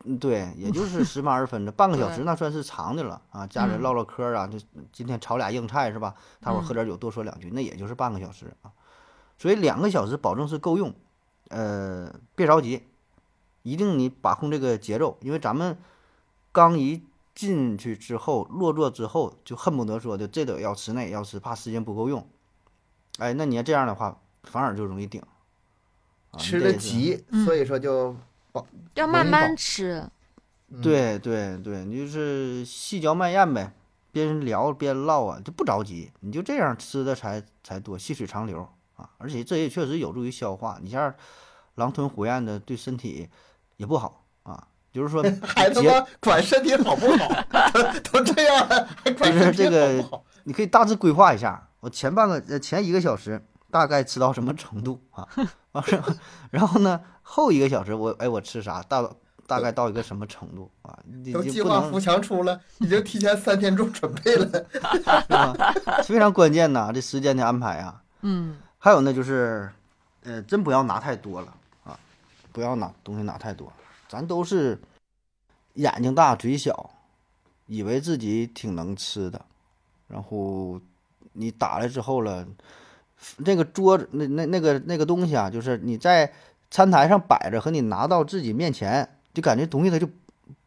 嗯，对，也就是 十八二十分的，半个小时对那算是长的了啊。家嗯人唠唠嗑儿啊，就今天炒俩硬菜是吧？大伙儿喝点酒，多说两句，那也就是半个小时啊。所以两个小时保证是够用，呃，别着急，一定你把控这个节奏，因为咱们刚一进去之后，落座之后就恨不得说的这都要吃，那也要吃，怕时间不够用。哎，那你要这样的话，反而就容易顶。啊吃你这啊的也是急，所嗯以说就要容慢易慢饱吃。嗯对对对，你就是细嚼慢咽呗，边聊边唠啊，就不着急，你就这样吃的才才多，细水长流啊。而且这也确实有助于消化，你像狼吞虎咽的，对身体也不好啊。就是 说节，还他妈管身体 好不好，都都这样了，还管身体好不好？你可以大致规划一下，我前半个呃前一个小时大概吃到什么程度啊？完事儿然后呢，后一个小时我哎我吃啥，大大概到一个什么程度啊？你都你计不划能嗯扶墙出了，已经提前三天做准备了。是吧？非常关键呐，这时间的安排啊。嗯，还有呢，就是，呃，真不要拿太多了啊，不要拿东西拿太多，咱都是眼睛大嘴小，以为自己挺能吃的，然后你打来之后了，那个桌子那那那个那个东西啊，就是你在餐台上摆着和你拿到自己面前，就感觉东西它就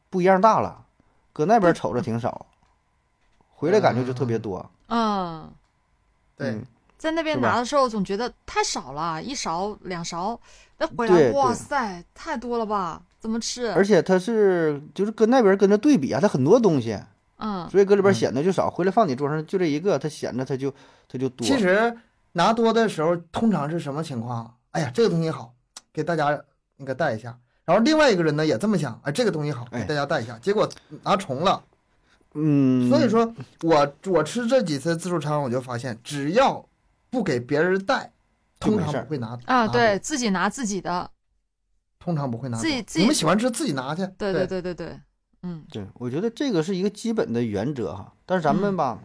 不一样大了，搁那边瞅着挺少，回来感觉就特别多。嗯，对嗯，在那边是吧拿的时候，总觉得太少了，一勺两勺，那回对来哇对塞，太多了吧？怎么吃？而且它是就是跟那边跟着对比啊，它很多东西，嗯，所以搁里边嗯显得就少，回来放你桌上就这一个，它显得它就它就多。其实拿多的时候，通常是什么情况？哎呀，这个东西好，给大家那个带一下。然后另外一个人呢也这么想，哎，这个东西好，给哎大家带一下。结果拿重了，嗯，所以说我我吃这几次自助餐，我就发现，只要不给别人带，就没通常事儿不会拿啊，，拿对走自己拿自己的，通常不会拿走。自己自己你们喜欢吃自己拿去，对对对对对，嗯对，我觉得这个是一个基本的原则哈。但是咱们嗯吧，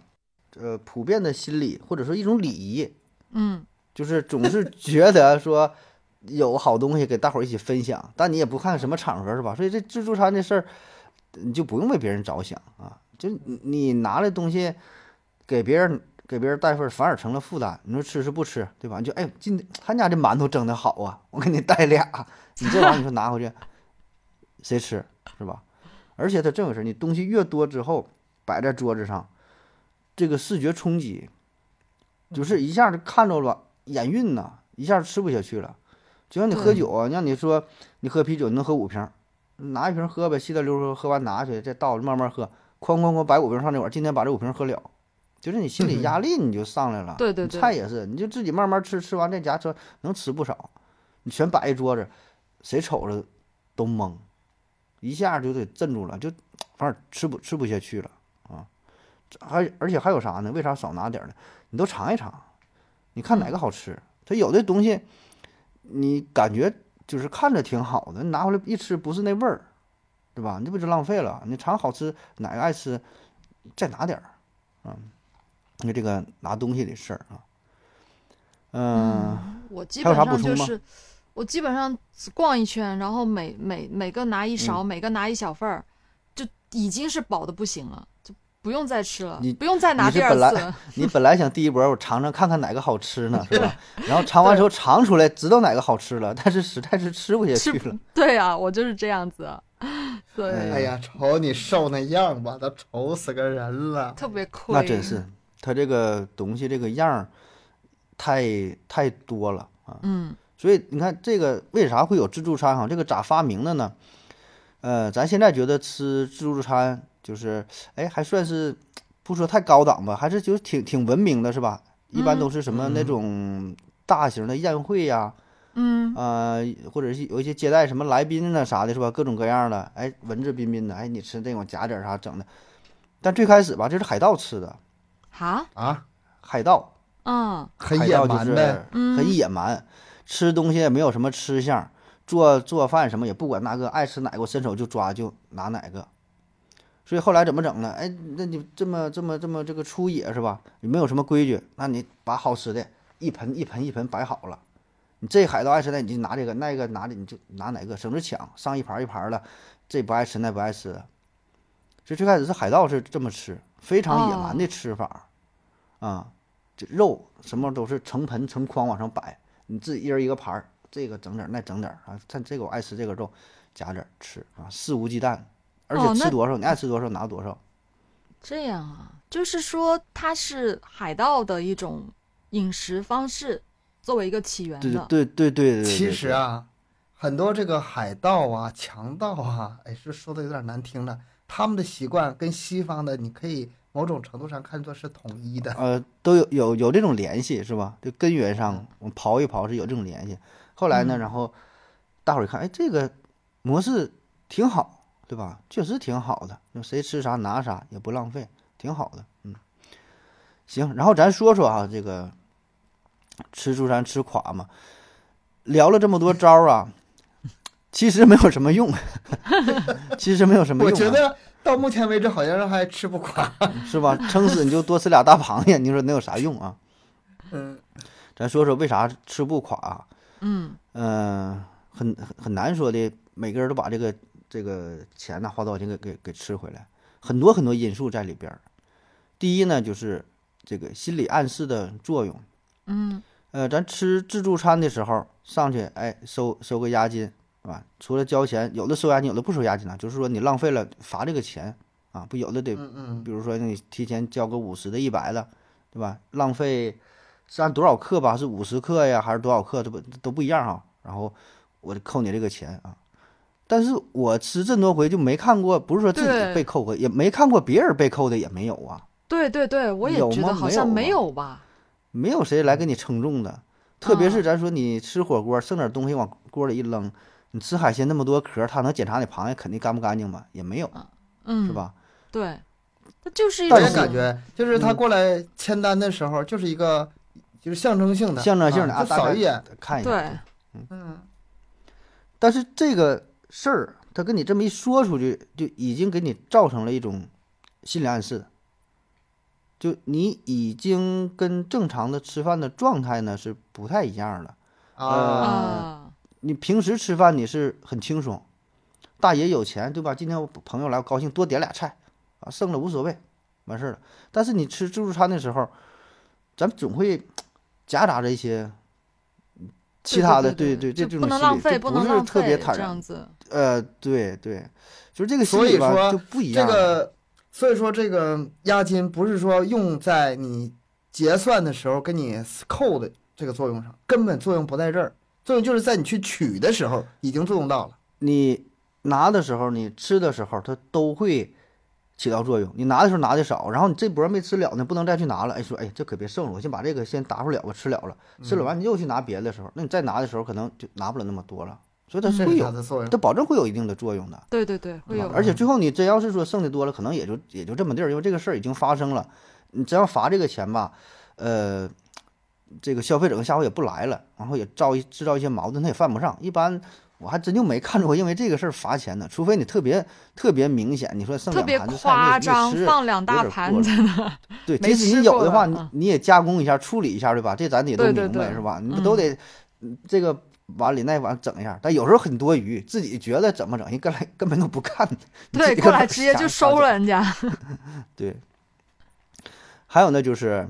呃，普遍的心理或者说一种礼仪，嗯，就是总是觉得说有好东西给大伙儿一起分享，但你也不看什么场合是吧？所以这自助餐这事儿，你就不用为别人着想啊，就你你拿来东西给别人给别人带份儿，反而成了负担。你说吃是不吃，对吧？你就哎，今他家这馒头蒸的好啊，我给你带俩，你这玩意儿你说拿回去谁吃是吧？而且他这种事儿，你东西越多之后摆在桌子上，这个视觉冲击就是一下就看着了，眼晕呐，一下吃不下去了。就像你喝对酒啊，让你说你喝啤酒，你能喝五瓶儿，拿一瓶儿喝呗，稀里溜儿喝完拿去，再倒慢慢喝，哐哐哐摆五瓶儿上那碗儿，今天把这五瓶儿喝了，就是你心理压力你就上来了。对对你对菜也是，你就自己慢慢吃，吃完这家伙能吃不少，你全摆一桌子，谁瞅着都懵，一下就得镇住了，就反正吃不吃不下去了啊。还而且还有啥呢？为啥少拿点儿呢？你都尝一尝，你看哪个好吃。它有的东西，你感觉就是看着挺好的，你拿回来一吃不是那味儿，对吧？那不就浪费了？你尝好吃，哪个爱吃，再拿点儿，啊。因为这个拿东西的事儿啊，嗯，我基还有本啥补上就充吗是我基本上只逛一圈，然后每每每个拿一嗯勺，每个拿一小份儿，就已经是饱的不行了，就不用再吃了你，不用再拿你是第二本来次。你本来想第一波我尝尝看看哪个好吃呢，是吧？然后尝完之后尝出来知道哪个好吃了，但是实在是吃不下吃去不了。 对啊，我就是这样子，对，哎哎呀，瞅你瘦那样吧，都愁死个人了。特别亏。那真是，它这个东西这个样儿太太多了啊。嗯，所以你看，这个为啥会有自助餐哈？这个咋发明的呢？呃，咱现在觉得吃自助餐就是哎，还算是不说太高档吧，还是就挺挺文明的，是吧？一般都是什么那种大型的宴会呀、嗯呃，或者是有一些接待什么来宾啊啥的，是吧？各种各样的，哎，文质彬彬的，哎，你吃这种夹点儿啥整的。但最开始吧，这是海盗吃的，哈啊，海盗，嗯很海野盗就蛮是呗，很野蛮，吃东西也没有什么吃相，做做饭什么也不管那个，爱吃哪个伸手就抓就拿哪个。所以后来怎么整呢？哎，那你这么这么这么这个粗野是吧？也没有什么规矩，那你把好吃的一盆一盆一盆摆好了，你这海盗爱吃哪你就拿这个，那个拿的你就拿哪个，省着抢，上一盘一盘了，这不爱吃那不爱吃的。所以最开始是海盗是这么吃，非常野蛮哦的吃法，啊、这肉什么都是成盆成筐往上摆，你自己一人一个盘儿，这个整点儿那整点儿啊，看这个我爱吃这个肉，夹点儿吃啊，肆无忌惮，而哦且那吃多少、你爱吃多少拿多少。这样啊，就是说它是海盗的一种饮食方式，作为一个起源对的。对对对对对，其对实，啊，很多这个海盗啊、强盗啊，哎，是说的有点难听了，他们的习惯跟西方的，你可以某种程度上看作是统一的。呃，都有有有这种联系是吧？就根源嗯上我们刨一刨是有这种联系。后来呢，然后大伙儿一看，哎，这个模式挺好，对吧？确实挺好的，就谁吃啥拿啥也不浪费，挺好的。嗯，行，然后咱说说啊，这个吃出咱吃垮嘛，聊了这么多招儿啊，其实没有什么用， 其实没有什么用、我啊。觉得到目前为止好像还吃不垮。是吧？撑死你就多吃俩大螃蟹，你说能有啥用啊？嗯，咱说说为啥吃不垮啊？嗯嗯、很很很难说的，每个人都把这个这个钱呐、花多少钱给给给吃回来，很多很多因素在里边儿。第一呢，就是这个心理暗示的作用。嗯呃，咱吃自助餐的时候上去，哎，收收个押金，是吧？除了交钱，有的收押金，有的不收押金呢、就是说你浪费了罚这个钱啊，不有的得嗯嗯，比如说你提前交个五十的、一百的，对吧？浪费是按多少克吧？是五十克呀，还是多少克？这不都不一样哈。然后我就扣你这个钱啊。但是我吃这么多回就没看过，不是说自己对被扣回，也没看过别人被扣的，也没有啊，对对对，我也有觉吗得好没像有没吧有吧。没有谁来给你称重的。特别啊是咱说你吃火锅剩点东西往锅里一扔，你吃海鲜那么多壳，他能检查你螃蟹肯定干不干净吧？也没有，嗯，是？吧？对，它就是一我种但是也嗯感觉就是他过来签单的时候，就是一个就是象征性的、象征性的啊啊，就大扫概一眼。看一下。对，嗯，但是这个事儿，他跟你这么一说出去，就已经给你造成了一种心理暗示，就你已经跟正常的吃饭的状态呢是不太一样了。呃啊，啊，你平时吃饭你是很轻松，大爷有钱对吧？今天我朋友来，我高兴多点俩菜啊，剩了无所谓，完事儿了。但是你吃自助餐的时候，咱们总会夹杂着一些其他的，对对，就这这不种能心理浪费，就不不能是浪特别费，坦这然。样子。呃，对对，就是这个心所理以吧说就不一这样了。个，所以说这个押金不是说用在你结算的时候跟你扣的这个作用上，根本作用不在这儿，作用就是在你去取的时候已经作用到了。你拿的时候，你吃的时候，它都会起到作用。你拿的时候拿的少，然后你这波没吃了呢，不能再去拿了。哎，说哎，这可别剩了，我先把这个先答复了吧，吃了了，嗯吃了完你又去拿别的时候，那你再拿的时候可能就拿不了那么多了。所以它是这会嗯是它有，的作用。它保证会有一定的作用的。对对对，会对吧有而且最后你真要是说剩的多了，可能也就也就这么地儿，因为这个事儿已经发生了。你真要罚这个钱吧，呃，这个消费者跟下回也不来了，然后也造一制造一些矛盾，他也犯不上。一般我还真就没看着过因为这个事儿罚钱的，除非你特别特别明显，你说剩特两别盘子菜夸没张没，吃，放两大点盘过在 那。对，没即使吃你有过的话，了你嗯你也加工一下、处理一下，对吧？这咱也都对明对白对是吧？你不都得嗯这个碗里那碗整一下？但有时候很多余，自己觉得怎么整，人根来根本都不看， 你自对，己过根来本直接想就啥整收了人家。对，还有呢，就是，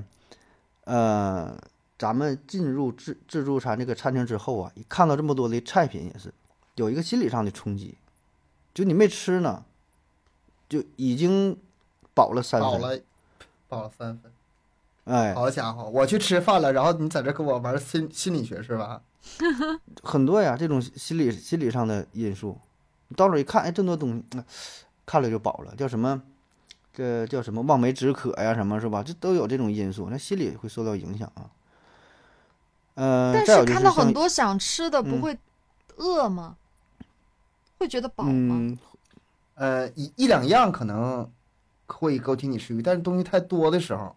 呃，咱们进入自自助餐这个餐厅之后啊，一看到这么多的菜品，也是有一个心理上的冲击，就你没吃呢，就已经饱了三保分，了，保了三分。哎，好家伙，我去吃饭了，然后你在这跟我玩心心理学是吧？很多呀，这种心理心理上的因素，你到那儿一看，哎，这么多东西，嗯看了就饱了，叫什么这叫什么望梅止渴呀，什么是吧？这都有这种因素，那心理会受到影响啊。呃，但再有就是看到像很多想吃的，不嗯会饿吗？会觉得饱吗？嗯，呃，一一两样可能会勾起你食欲，但是东西太多的时候，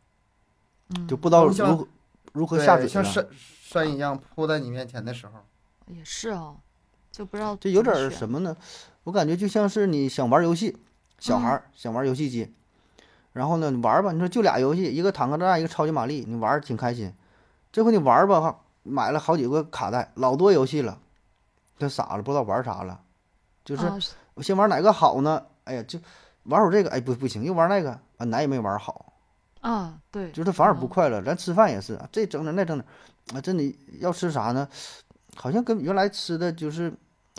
嗯，就不知道嗯像如何如何对下，嘴像了，山山一样扑在你面前的时候，也是哦，就不知道这有怎点么儿选什么呢？我感觉就像是你想玩游戏，小孩儿想玩游戏机，然后呢你玩儿吧，你说就俩游戏，一个坦克战，一个超级玛丽，你玩儿挺开心。这回你玩儿吧，哈买了好几个卡带，老多游戏了，这傻了，不知道玩儿啥了，就是啊我先玩哪个好呢？哎呀，就玩会儿这个，哎不不行，又玩那个啊，哪也没玩好，啊，对，就是他反而嗯不快乐。咱吃饭也是，啊这整点那整点，啊，这你要吃啥呢？好像跟原来吃的就是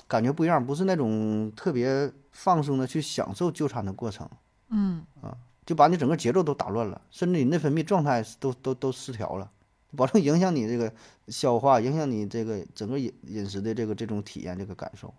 感觉不一样，不是那种特别放松的去享受就餐的过程，嗯，就把你整个节奏都打乱了，甚至你内分泌状态都都都失调了，保证影响你这个消化，影响你这个整个饮饮食的这个这种体验这个感受，啊，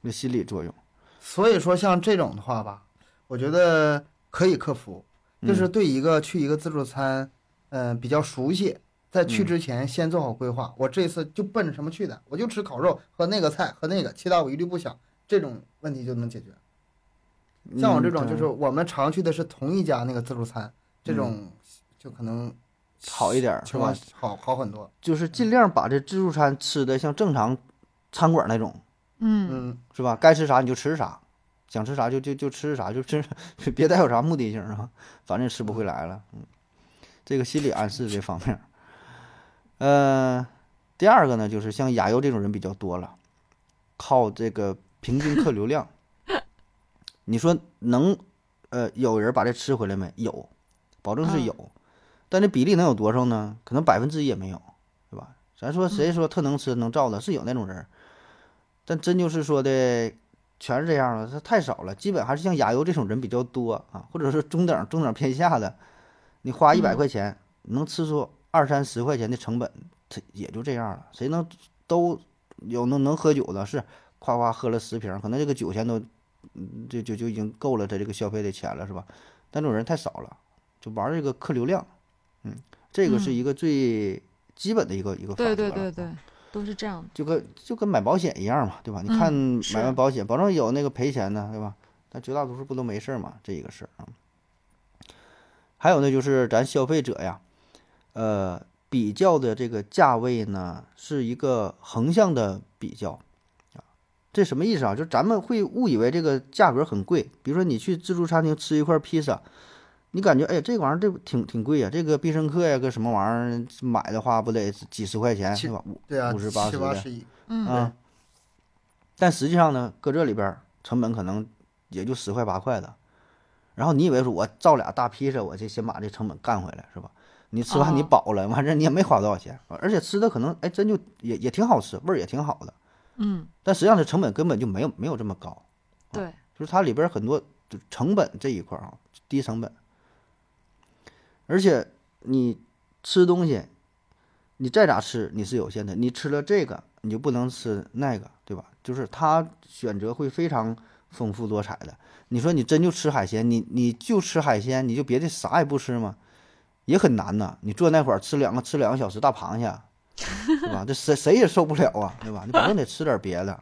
那心理作用。所以说像这种的话吧，我觉得可以克服，嗯就是对一个去一个自助餐，嗯、比较熟悉，在嗯去之前先做好规划，我这次就奔着什么去的，我就吃烤肉和那个菜和那个，其他我一律不想，这种问题就能解决。像我这种嗯就是我们常去的是同一家那个自助餐，这种就可能好一点嗯儿是情吧况？嗯好好很多。就是尽量把这自助餐吃的像正常餐馆那种，嗯嗯，是吧？该吃啥你就吃啥，想吃啥就就就吃啥，就吃， 别带有啥目的性啊，反正也吃不回来了。嗯，这个心理暗示这方面儿，呃，第二个呢，就是像亚优这种人比较多了，靠这个平均客流量，你说能呃有人把这吃回来没有？保证是嗯有，但这比例能有多少呢？可能百分之一也没有，对吧？咱说谁说特能吃能造的，是有那种人儿，但真就是说的全是这样了，他太少了，基本还是像亚优这种人比较多啊，或者是中等中等偏下的，你花一百嗯块钱、能吃出二三十块钱的成本，他也就这样了，谁能都有能能喝酒的是夸夸喝了十瓶，可能这个酒钱都，嗯就就就已经够了他这个消费的钱了，是吧？但这种人太少了，就玩这个客流量，嗯，这个是嗯一个最基本的一个、一个法则对对了对对，都是这样的，就跟就跟买保险一样嘛，对吧？你嗯看是买完保险，保证有那个赔钱呢，对吧？但绝大多数不都没事儿嘛，这一个事儿啊。还有呢，就是咱消费者呀，呃，比较的这个价位呢，是一个横向的比较啊。这什么意思啊？就咱们会误以为这个价格很贵，比如说你去自助餐厅吃一块披萨，你感觉哎呀这玩意儿这挺挺贵呀、这个必胜客呀个什么玩意儿买的话不得几十块钱其对吧？五对啊，五十八七十八的十一，嗯啊，但实际上呢，搁这里边儿成本可能也就十块八块的。然后你以为说我造俩大披萨，我这先把这成本干回来是吧？你吃完你哦饱了，完事儿你也没花多少钱，而且吃的可能哎真就也也挺好吃，味儿也挺好的。嗯，但实际上这成本根本就没有没有这么高，对，就是它里边儿很多就成本这一块儿啊，低成本。而且你吃东西，你再咋吃你是有限的，你吃了这个你就不能吃那个，对吧？就是它选择会非常丰富多彩的。你说你真就吃海鲜，你你就吃海鲜，你就别的啥也不吃吗？也很难呐。你坐那会儿吃两个吃两个小时大螃蟹，对吧？这谁谁也受不了啊，对吧？你保证得吃点别的。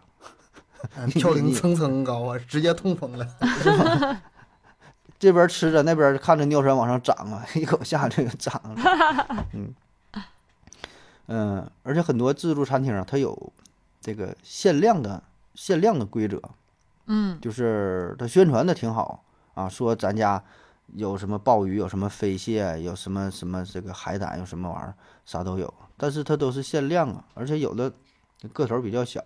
嗯嘌呤你蹭蹭高啊， 直接痛风了。这边吃着，那边看着尿酸往上涨啊， 一口下这个涨了，嗯嗯，而且很多自助餐厅啊，它有这个限量的限量的规则，嗯就是它宣传的挺好啊，说咱家有什么鲍鱼，有什么飞蟹，有什么什么这个海胆，有什么玩意儿，啥都有，但是它都是限量啊，而且有的个头比较小，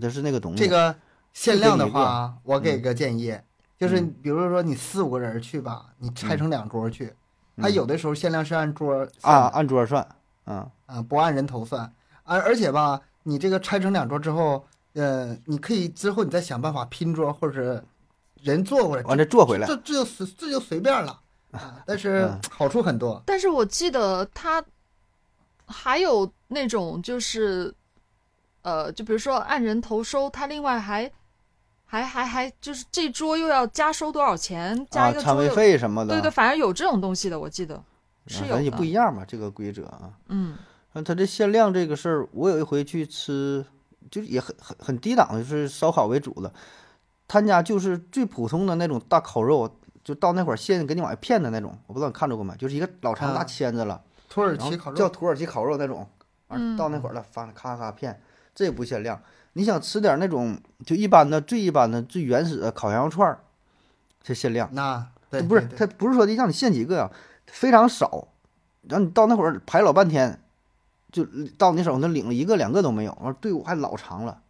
它是那个东西，这个限量的就给嗯话一个啊，我给个建议，就是嗯比如说你四五个人去吧，你拆成两桌去。嗯它有的时候限量是按桌算啊的按桌算，啊啊，不按人头算。而而且吧，你这个拆成两桌之后，呃，你可以之后你再想办法拼桌或者是人坐过来，完了做回来，这这就随这就随便了啊。但是嗯好处很多，但是我记得他还有那种就是，呃，就比如说按人头收，他另外还还还还就是这桌又要加收多少钱，加啊，一个摊桌位又、费什么的，对对，反正有这种东西的，我记得是啊有咱的。也不一样嘛，这个规则啊。嗯那它这限量这个事儿，我有一回去吃，就是也很很很低档的，就是烧烤为主的，他家就是最普通的那种大烤肉，就到那会儿现给你往外片的那种，我不知道你看着过没，就是一个老长大啊签子了，土耳然后其烤叫肉，土耳其烤肉那种，完嗯到那会儿了发咔咔片，这也不限量。你想吃点那种就一般的、最一般的、最原始的烤羊肉串儿，这限量。那对不是对对他不是说的让你限几个呀、非常少，让你到那会儿排老半天，就到你手那领了一个两个都没有，完队伍还老长了，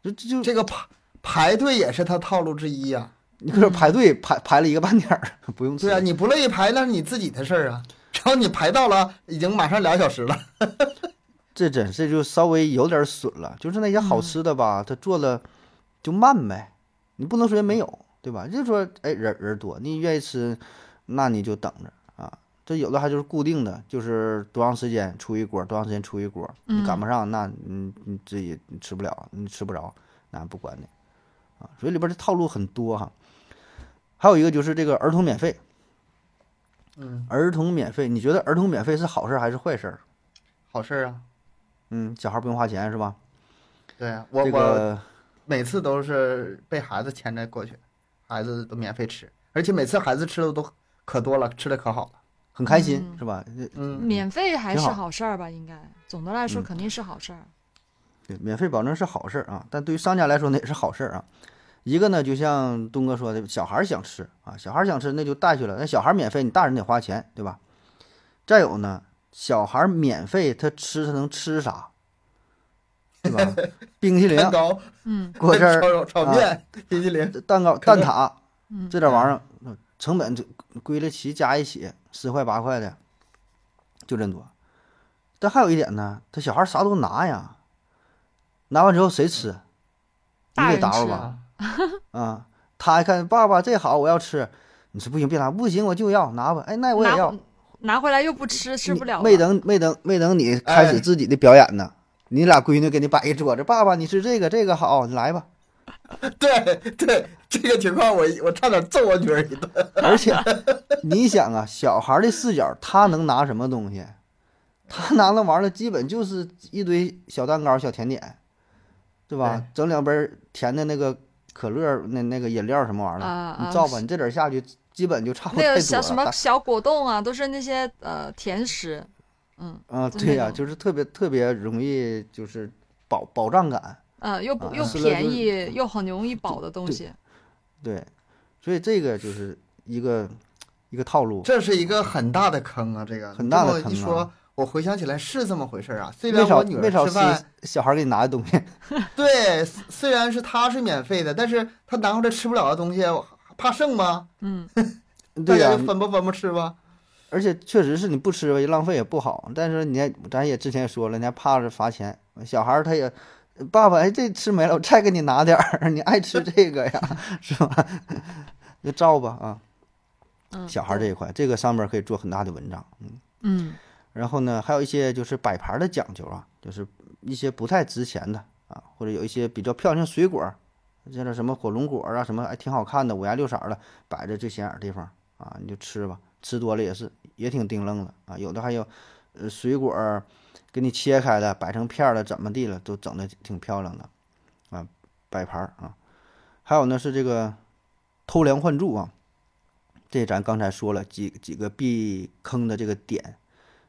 就就就这个排排队也是他套路之一呀、啊你搁这排队排排了一个半点儿， 不用嗯对啊，吃你不乐意排那是你自己的事儿啊。然后你排到了，已经马上俩小时了。这真是就稍微有点损了，就是那些嗯好吃的吧，他做的就慢呗，你不能说没有，对吧？就说哎人人多，你愿意吃，那你就等着啊。这有的还就是固定的，就是多长时间出一锅，多长时间出一锅，你嗯赶不上，那你你自己你吃不了，你吃不着，那不管你啊。所以里边的套路很多哈。还有一个就是这个儿童免费，嗯，儿童免费，你觉得儿童免费是好事儿还是坏事儿？好事儿啊。嗯，小孩不用花钱是吧？对啊，我、这我个每次都是被孩子牵着过去，孩子都免费吃，而且每次孩子吃的都可多了，吃的可好了。很开心，嗯是吧？呃嗯，免费还挺是好好事儿吧？应该总的来说嗯肯定是好事儿。对免费保证是好事儿啊，但对于商家来说呢也是好事儿啊。一个呢，就像东哥说的，小孩儿想吃啊，小孩儿想吃那就带去了，那小孩儿免费，你大人得花钱，对吧？再有呢，小孩儿免费他吃他能吃啥？对吧？ 冰淇淋、蛋糕、嗯果汁儿、炒肉炒啊面、冰淇淋，蛋糕、可蛋乐挞，嗯这点玩意儿嗯成本就归了齐加一起十块八块的，就这么多。但还有一点呢，他小孩啥都拿呀，拿完之后谁吃？你大给人打扰吃吧啊，啊！他一看爸爸这好，我要吃。你说不行，别拿，不行我就要拿吧。哎，那我也要嗯拿，拿回来又不吃，吃不你了没了等没等没等你开始哎自己的表演呢，你俩闺女给你摆一桌子，爸爸你吃这个这个好，你来吧。对 对，这个情况我我差点揍我女儿一顿。 而且你想啊，小孩的视角，他能拿什么东西？他拿那玩意儿，基本就是一堆小蛋糕、小甜点，对吧？对整两杯儿甜的那个可乐儿、那那个饮料儿什么玩意儿的，啊你啊照吧，你这点儿下去，基本就差不那太个多小什了。么大小果冻啊，都是那些呃甜食。嗯啊，就那对呀、种就是特别特别容易，就是保保障感。呃，又不啊又是的便就是宜又很容易饱的东西。对，所以这个就是一个一个套路。这是一个很大的坑啊！这个很大的你这么一坑啊说，我回想起来是这么回事儿啊。虽没然少我女没儿少吃吸饭，小孩给你拿的东西，对，虽虽然是她是免费的，但是她拿回来吃不了的东西，我怕剩吗？嗯大对呀、家就分吧分吧吃吧。而且确实是你不吃吧，浪费也不好。但是你还，咱也之前说了，你还怕着罚钱。小孩儿他也，爸爸哎，这吃没了，我再给你拿点儿， 你爱吃这个呀， 是吧？就照吧啊。嗯，小孩儿这一块，这个上面可以做很大的文章。嗯然后呢，还有一些就是摆盘儿的讲究啊，就是一些不太值钱的啊，或者有一些比较漂亮的水果儿，像这什么火龙果儿啊，什么哎挺好看的，五颜六色儿的，摆在最显眼儿地方啊，你就吃吧，吃多了也是也挺叮愣的啊。有的还有，呃，水果儿给你切开的，摆成片儿了，怎么地了，都整的挺漂亮的啊，摆盘儿啊。还有呢是这个偷梁换柱啊，这咱刚才说了几几个避坑的这个点。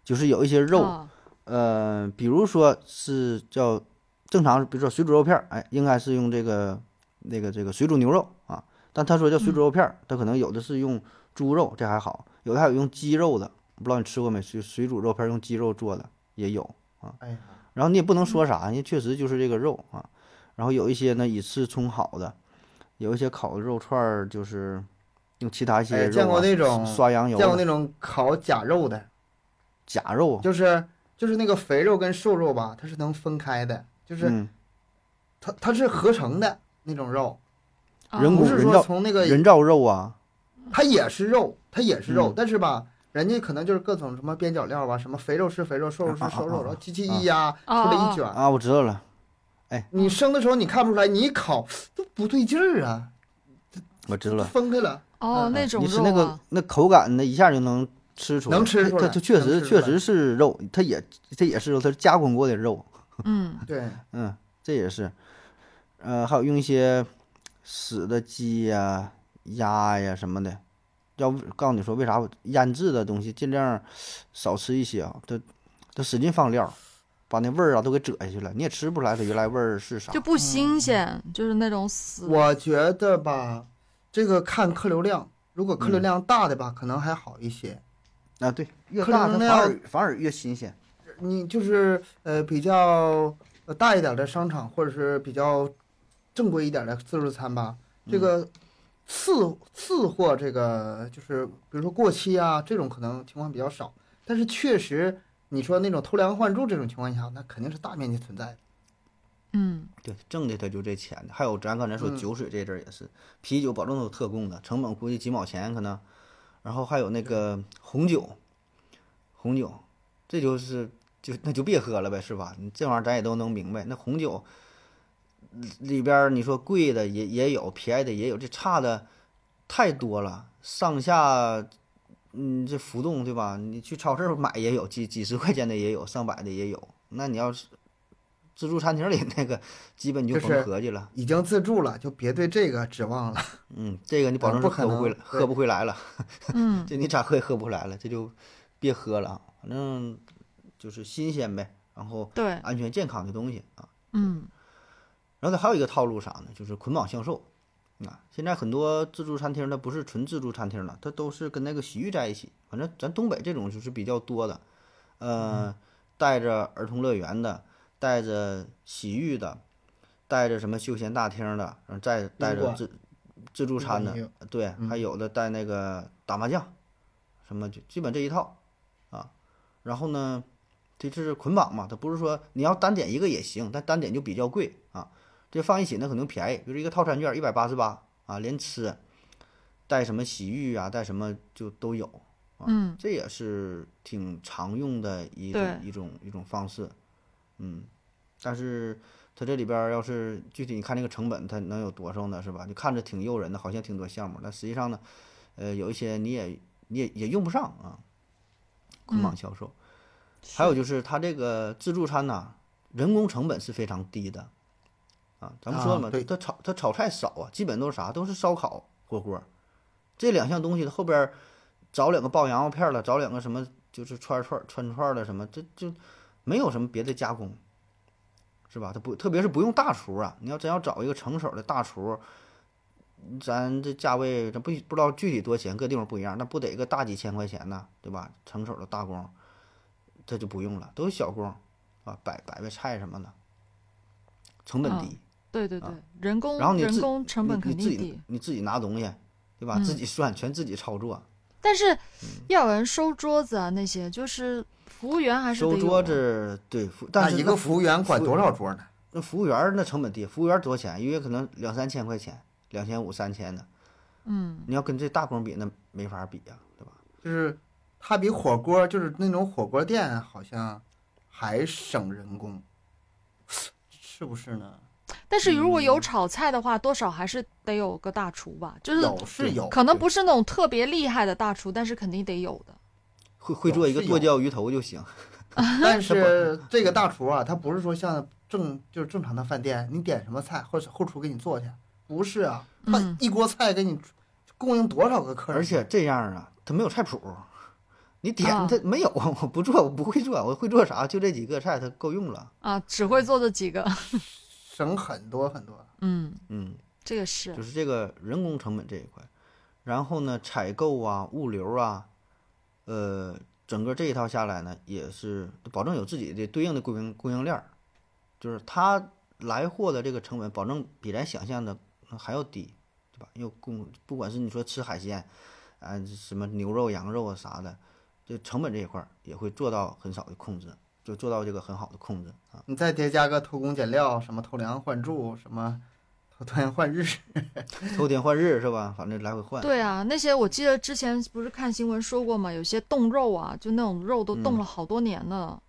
就是有一些 肉，啊呃，比如说是叫正常，比如说水煮肉片儿，哎，应该是用这个那个这个水煮牛肉啊，但他说叫水煮肉片儿，他可能有的是用猪肉，这还好，有的还有用鸡肉的，不知道你吃过没？水水煮肉片儿用鸡肉做的也有，啊哎呀，然后你也不能说啥，人家确实就是这个肉啊。然后有一些呢以次充好的，有一些烤的肉串儿就是用其他一些哎肉、啊见过那种刷羊油见过的、那种烤假肉的，假肉啊，就是就是那个肥肉跟瘦肉吧，它是能分开的，就是嗯，它它是合成的那种肉，啊人不骨是嗯人说造从那个人造肉啊，它也是肉，它也是肉，嗯但是吧，人家可能就是各种什么边角料吧，什么肥肉是肥肉，瘦肉是瘦啊啊啊肉，啊然后七七一呀，出啊了一卷儿，啊，我知道了，哎，你生的时候你看不出来，你一烤都不对劲儿啊，我知道了。分开了，哦，嗯那种你吃肉那个啊，那口感呢，一下就能吃出来。能吃出它它来它确能实吃出确来实是肉，它也这也是肉，它是加工过的肉。嗯对，嗯，这也是。呃，还有用一些死的鸡呀、鸭呀、什么的。要不告诉你说为啥腌制的东西尽量少吃一些啊？它它使劲放料，把那味儿啊都给遮下去了，你也吃不出来它原来味儿是啥就。不嗯新鲜，就是那种死。我觉得吧，这个看客流量，如果客流量大的吧，可能还好一些。啊，对，越可大它能反那而反而越新鲜。你就是呃比较呃大一点的商场，或者是比较正规一点的自助餐吧，这个次次货这个就是比如说过期啊这种可能情况比较少，但是确实你说那种偷梁换柱这种情况下，那肯定是大面积存在的。嗯，对，挣的它就这钱还有咱刚才说嗯酒水这阵儿也是，啤酒保证都有特供的，成本估计几毛钱可能。然后还有那个红酒，红酒，这就是就那就别喝了呗，是吧？你这玩意儿咱也都能明白。那红酒里里边儿你说贵的也也有，便宜的也有，这差的太多了，上下嗯这浮动对吧？你去超市儿买也有，几几十块钱的也有，上百的也有。那你要是自助餐厅里那个，基本你就就甭是合计了。已经自助了，就别对这个指望了。嗯，这个你保嗯证是不可喝不回来，能喝对不回来了。嗯，这你咋喝也喝不回来了，这就别喝了啊。反正就是新鲜呗，然后对，安全健康的东西啊。嗯然后它还有一个套路啥呢？就是捆绑销售。啊，现在很多自助餐厅它不是纯自助餐厅了，它都是跟那个洗浴在一起。反正咱东北这种就是比较多的，嗯呃，带着儿童乐园的，带着洗浴的，带着什么休闲大厅的，然后再带着馆自自助餐 的也有，对，还有的带那个打麻将，什么就基本这一套啊。然后呢，这就是捆绑嘛，它不是说你要单点一个也行，但单点就比较贵啊。这放一起那可能便宜，比如一个套餐券一百八十八啊，连吃带什么洗浴啊，带什么就都有。嗯，这也是挺常用的一种对一种一种方式，嗯，但是它这里边儿要是具体你看这个成本，它能有多少呢？是吧？你看着挺诱人的，好像挺多项目，但实际上呢，呃，有一些你也你也也用不上啊，嗯捆绑销售。还有就是它这个自助餐呐、人工成本是非常低的，啊，咱们说了嘛，啊对它炒它炒菜少啊，基本都是啥，都是烧烤、火锅，这两项东西它后边儿找两个爆羊肉片儿了，找两个什么就是串串串串儿了什么，这就没有什么别的加工，是吧？它不，特别是不用大厨啊，你要真要找一个成手的大厨。咱这价位，咱不不知道具体多少钱，各地方不一样，那不得个大几千块钱呢，对吧？成手的大工，这就不用了，都是小工啊，摆摆摆菜什么的，成本嗯低。对对对，人工啊然后你人自工成本你肯你自己定低，嗯你自己拿东西，对吧？自己算，全自己操作。但是嗯要有人收桌子啊，那些就是服务员还是收得有桌啊，子对，服但那是一那个服务员管服务多少桌呢？那服务员儿那成本低，服务员儿多少钱？一个月可能两三千块钱，两千五、三千的。嗯，你要跟这大工比，那没法比啊呀、对吧？就是它比火锅，就是那种火锅店好像还省人工， 是不是 呢？但是如果有炒菜的话，多少还是得有个大厨吧，就是有是有，可能对不是那种特别厉害的大厨，但是肯定得有的。会会做一个有是剁有椒鱼头就行。但是这个大厨啊，他不是说像正就是正常的饭店，你点什么菜，或者后厨给你做去，不是啊，他嗯一锅菜给你供应多少个客人？而且这样啊，它没有菜谱，你点啊它没有， 我不做，我不会做，我会做啥？就这几个菜，它够用了。啊，只会做这几个，省很多很多。 嗯，嗯，这个是就是这个人工成本这一块，然后呢，采购啊、物流啊，呃，整个这一套下来呢，也是保证有自己的对应的供应供应链儿，就是它来货的这个成本，保证比咱想象的呃还要低，对吧？又供，不管是你说吃海鲜，啊、什么牛肉、羊肉啊啥的，这成本这一块儿也会做到很少的控制，就做到这个很好的控制啊。你再叠加个偷工减料，什么偷梁换柱，什么偷偷梁换日，偷天换日是吧？反正来回换。对啊，那些我记得之前不是看新闻说过嘛，有些冻肉啊，就那种肉都冻了好多年了，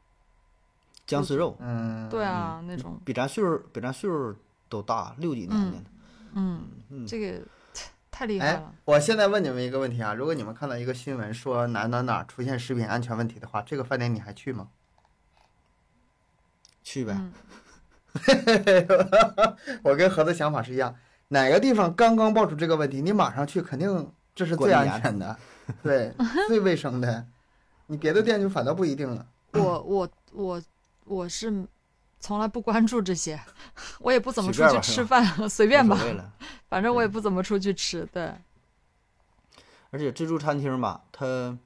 姜丝肉，嗯，对啊，那种，比咱岁数比咱岁数都大，六几年的呢。嗯，嗯，这个太厉害哎了，，我现在问你们一个问题啊，如果你们看到一个新闻说哪哪哪出现食品安全问题的话，这个饭店你还去吗？去呗。嗯我跟何的想法是一样，哪个地方刚刚爆出这个问题，你马上去，肯定这是最安全的，对，最卫生的。你别的店就反倒不一定了。我我我我是从来不关注这些， 我也不怎么出随便吧去是吧吃饭， 随便无吧所，谓了。反正我也不怎么出去吃，对，而且自助餐厅吧，它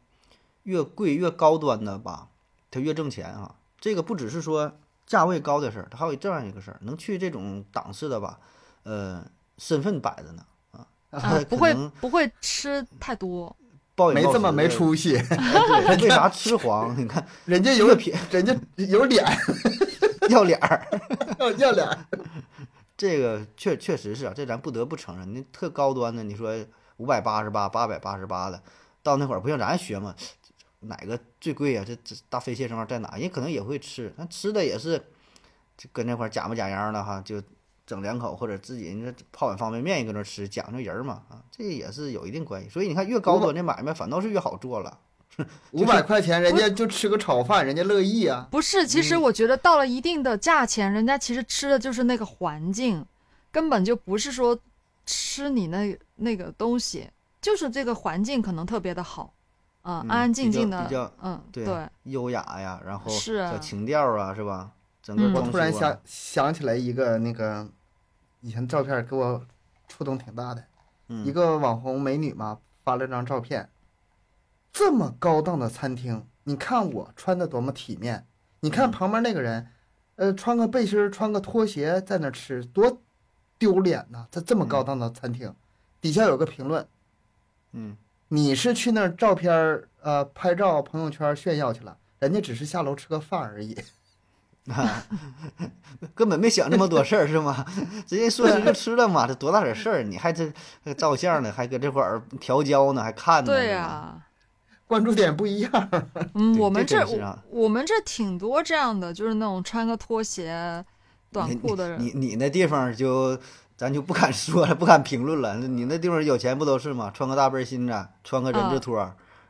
越贵越高端的吧，它越挣钱啊。这个不只是说价位高的事儿，它还有这样一个事儿，能去这种档次的吧，呃，身份摆着呢啊，啊他，不可会能不会吃太多，暴饮 没暴这么食没的出息，哎对，他为啥吃黄？你看 人家有越便人家有脸要脸儿，要要 脸，这个确确实是啊，这咱不得不承认。那特高端的，你说五百八十八、八百八十八的，到那会儿不像咱学嘛，哪个最贵呀、这这大飞蟹这玩意儿在哪？人可能也会吃，那吃的也是就跟那块儿假模假样的哈，就整两口或者自己人家泡碗方便面也搁那吃，讲究人儿嘛啊，这也是有一定关系。所以你看，越高端的买卖反倒是越好做了。五百块钱人家就吃个炒饭，人家乐意啊。不是，其嗯实我觉得到了一定的价钱，人家其实吃的就是那个环境，根本就不是说吃你那那个东西，就是这个环境可能特别的好，嗯，嗯安安静静比较的比，嗯，对啊优雅呀，然后是啊小情调啊，是吧？整个嗯我装突然修啊想想起来一个那个以前照片给我触动挺大的，嗯一个网红美女嘛发了张照片，这么高档的餐厅，你看我穿的多么体面，嗯你看旁边那个人，呃，穿个背心儿穿个拖鞋在那吃，多丢脸呐、在这么高档的餐厅，底下有个评论，嗯，你是去那儿照片儿呃拍照朋友圈炫耀去了，人家只是下楼吃个饭而已。根本没想那么多 事儿是吗？ 直接说吃就吃了嘛，这多大点事儿？啊你还这还照相呢，还搁这块儿调焦呢，还看呢？啊对呀、呀、关注点不一样，嗯，对我们这这真是啊我我们这挺多这样的，就是那种穿个拖鞋、短裤的人，你你你那地方就咱就不敢说了，不敢评论了。你那地方有钱不都是吗？穿个大背心子，穿个人字拖，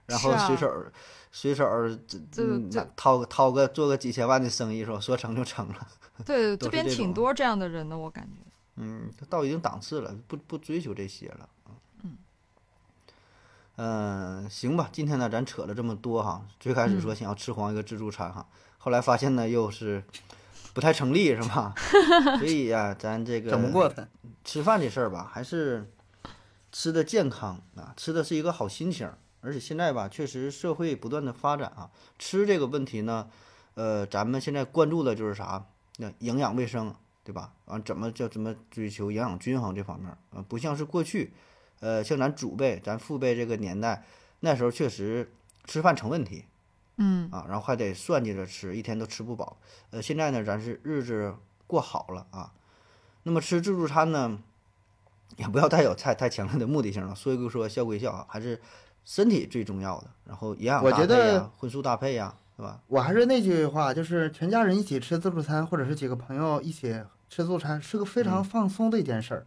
然后嗯是啊随手、随手这就嗯就掏个掏个做个几千万的生意，说说成就成了。对，都是边这挺种啊多这样的人的，我感觉。嗯，到一定档次了，不不追求这些了。嗯，行吧，今天呢，咱扯了这么多哈，最开始说想要吃黄一个自助餐哈，后来发现呢又是不太成立是吧？ 所以呀、咱这个整不过他。吃饭这事儿吧，还是吃的健康啊，吃的是一个好心情儿。而且现在吧，确实社会不断的发展啊，吃这个问题呢，呃，咱们现在关注的就是啥？那营养卫生，对吧？完、怎么叫怎么追求营养均衡这方面儿啊，不像是过去，呃，像咱祖辈、咱父辈这个年代，那时候确实吃饭成问题嗯，啊，然后还得算计着吃，一天都吃不饱。呃，现在呢，咱是日子过好了啊，那么吃自助餐呢，也不要带有太太强烈的目的性了，说归说，笑归笑啊，还是身体最重要的。然后营养我搭觉配得呀，荤素搭配呀，是吧？我还是那句话，就是全家人一起吃自助餐，或者是几个朋友一起吃自助餐，是个非常放松的一件事儿，嗯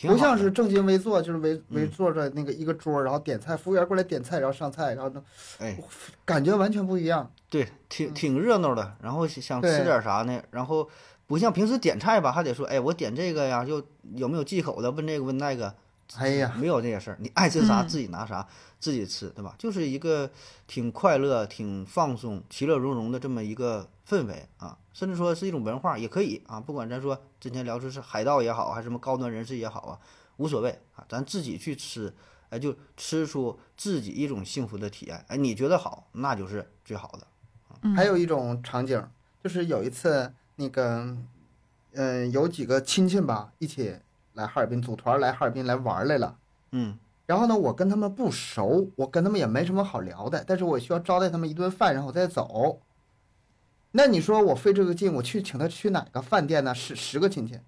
挺不好像的是正襟危坐，就是围围嗯坐着那个一个桌儿，然后点菜，服务员过来点菜，然后上菜，然后呢哎，感觉完全不一样。对，挺嗯挺热闹的。然后想对吃点啥呢？然后不像平时点菜吧，还得说，哎，我点这个呀，就有没有忌口的，问这个问那个。哎呀，没有这些事儿，你爱吃啥嗯自己拿啥，自己吃，对吧？就是一个挺快乐、挺放松、其乐融融的这么一个氛围啊，甚至说是一种文化也可以啊。不管咱说之前聊的是海盗也好，还是什么高端人士也好啊，无所谓啊，咱自己去吃，哎，就吃出自己一种幸福的体验。哎，你觉得好，那就是最好的。嗯还有一种场景，就是有一次那个，嗯、有几个亲戚吧，一起来哈尔滨，组团来哈尔滨来玩儿来了。嗯然后呢，我跟他们不熟，我跟他们也没什么好聊的，但是我需要招待他们一顿饭，然后我再走。那你说我费这个劲，我去请他去哪个饭店呢？十十个亲戚，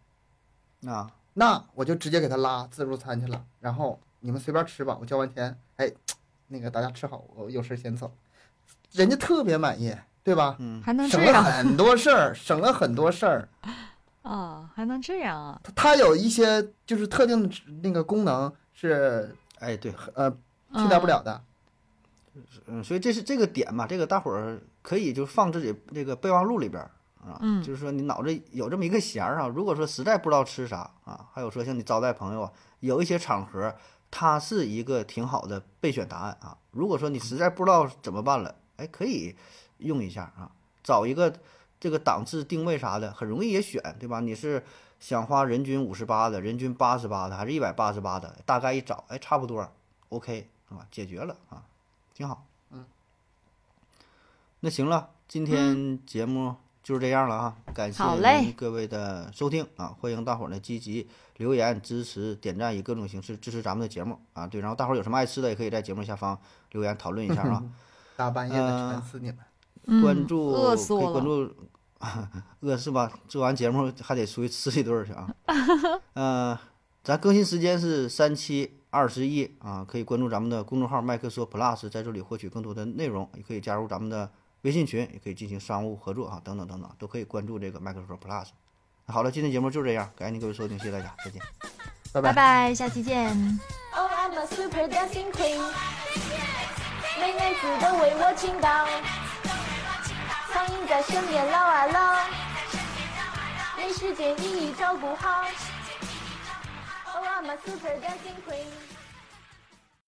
啊，那我就直接给他拉自助餐去了。然后你们随便吃吧，我交完钱，哎，那个大家吃好，我有事先走。人家特别满意，对吧？还能省嗯了这样很多事儿，省了很多事儿。啊？还能这样啊？它它有一些就是特定的职那个功能是哎，对，呃替代不嗯了的。嗯，所以这是这个点嘛，这个大伙儿可以就放自己这个备忘录里边儿啊，嗯就是说你脑子有这么一个弦儿啊，如果说实在不知道吃啥啊，还有说像你招待朋友啊，有一些场合它是一个挺好的备选答案啊。如果说你实在不知道怎么办了，哎，可以用一下啊，找一个这个档次定位啥的，很容易也选，对吧？你是想花人均五十八的，人均八十八的，还是一百八十八的？大概一找，哎，差不多，OK 啊，解决了啊，挺好。嗯那行了，今天节目就是这样了啊，感谢嗯好嘞您各位的收听啊，欢迎大伙儿呢积极留言支持、点赞，以各种形式支持咱们的节目啊。对，然后大伙儿有什么爱吃的，也可以在节目下方留言讨论一下啊。大半夜的呃全是你们，嗯关注，饿死可以我关了。注， 饿是吧？做完节目还得出去吃一顿儿去 啊。呃，咱更新时间是三七二十一啊，可以关注咱们的公众号“麦克说 Plus”，在这里获取更多的内容，也可以加入咱们的微信群，也可以进行商务合作啊，等等等等，都可以关注这个麦克说 Plus。那好了，今天节目就这样，感谢您各位收听，谢谢大家，再见。拜拜拜，下期见。 Oh, I'm a super dancing queen，美男子都为我倾倒，苍蝇在身边绕啊绕，没时间一一照顾好。Oh, I'm a super dancing queen。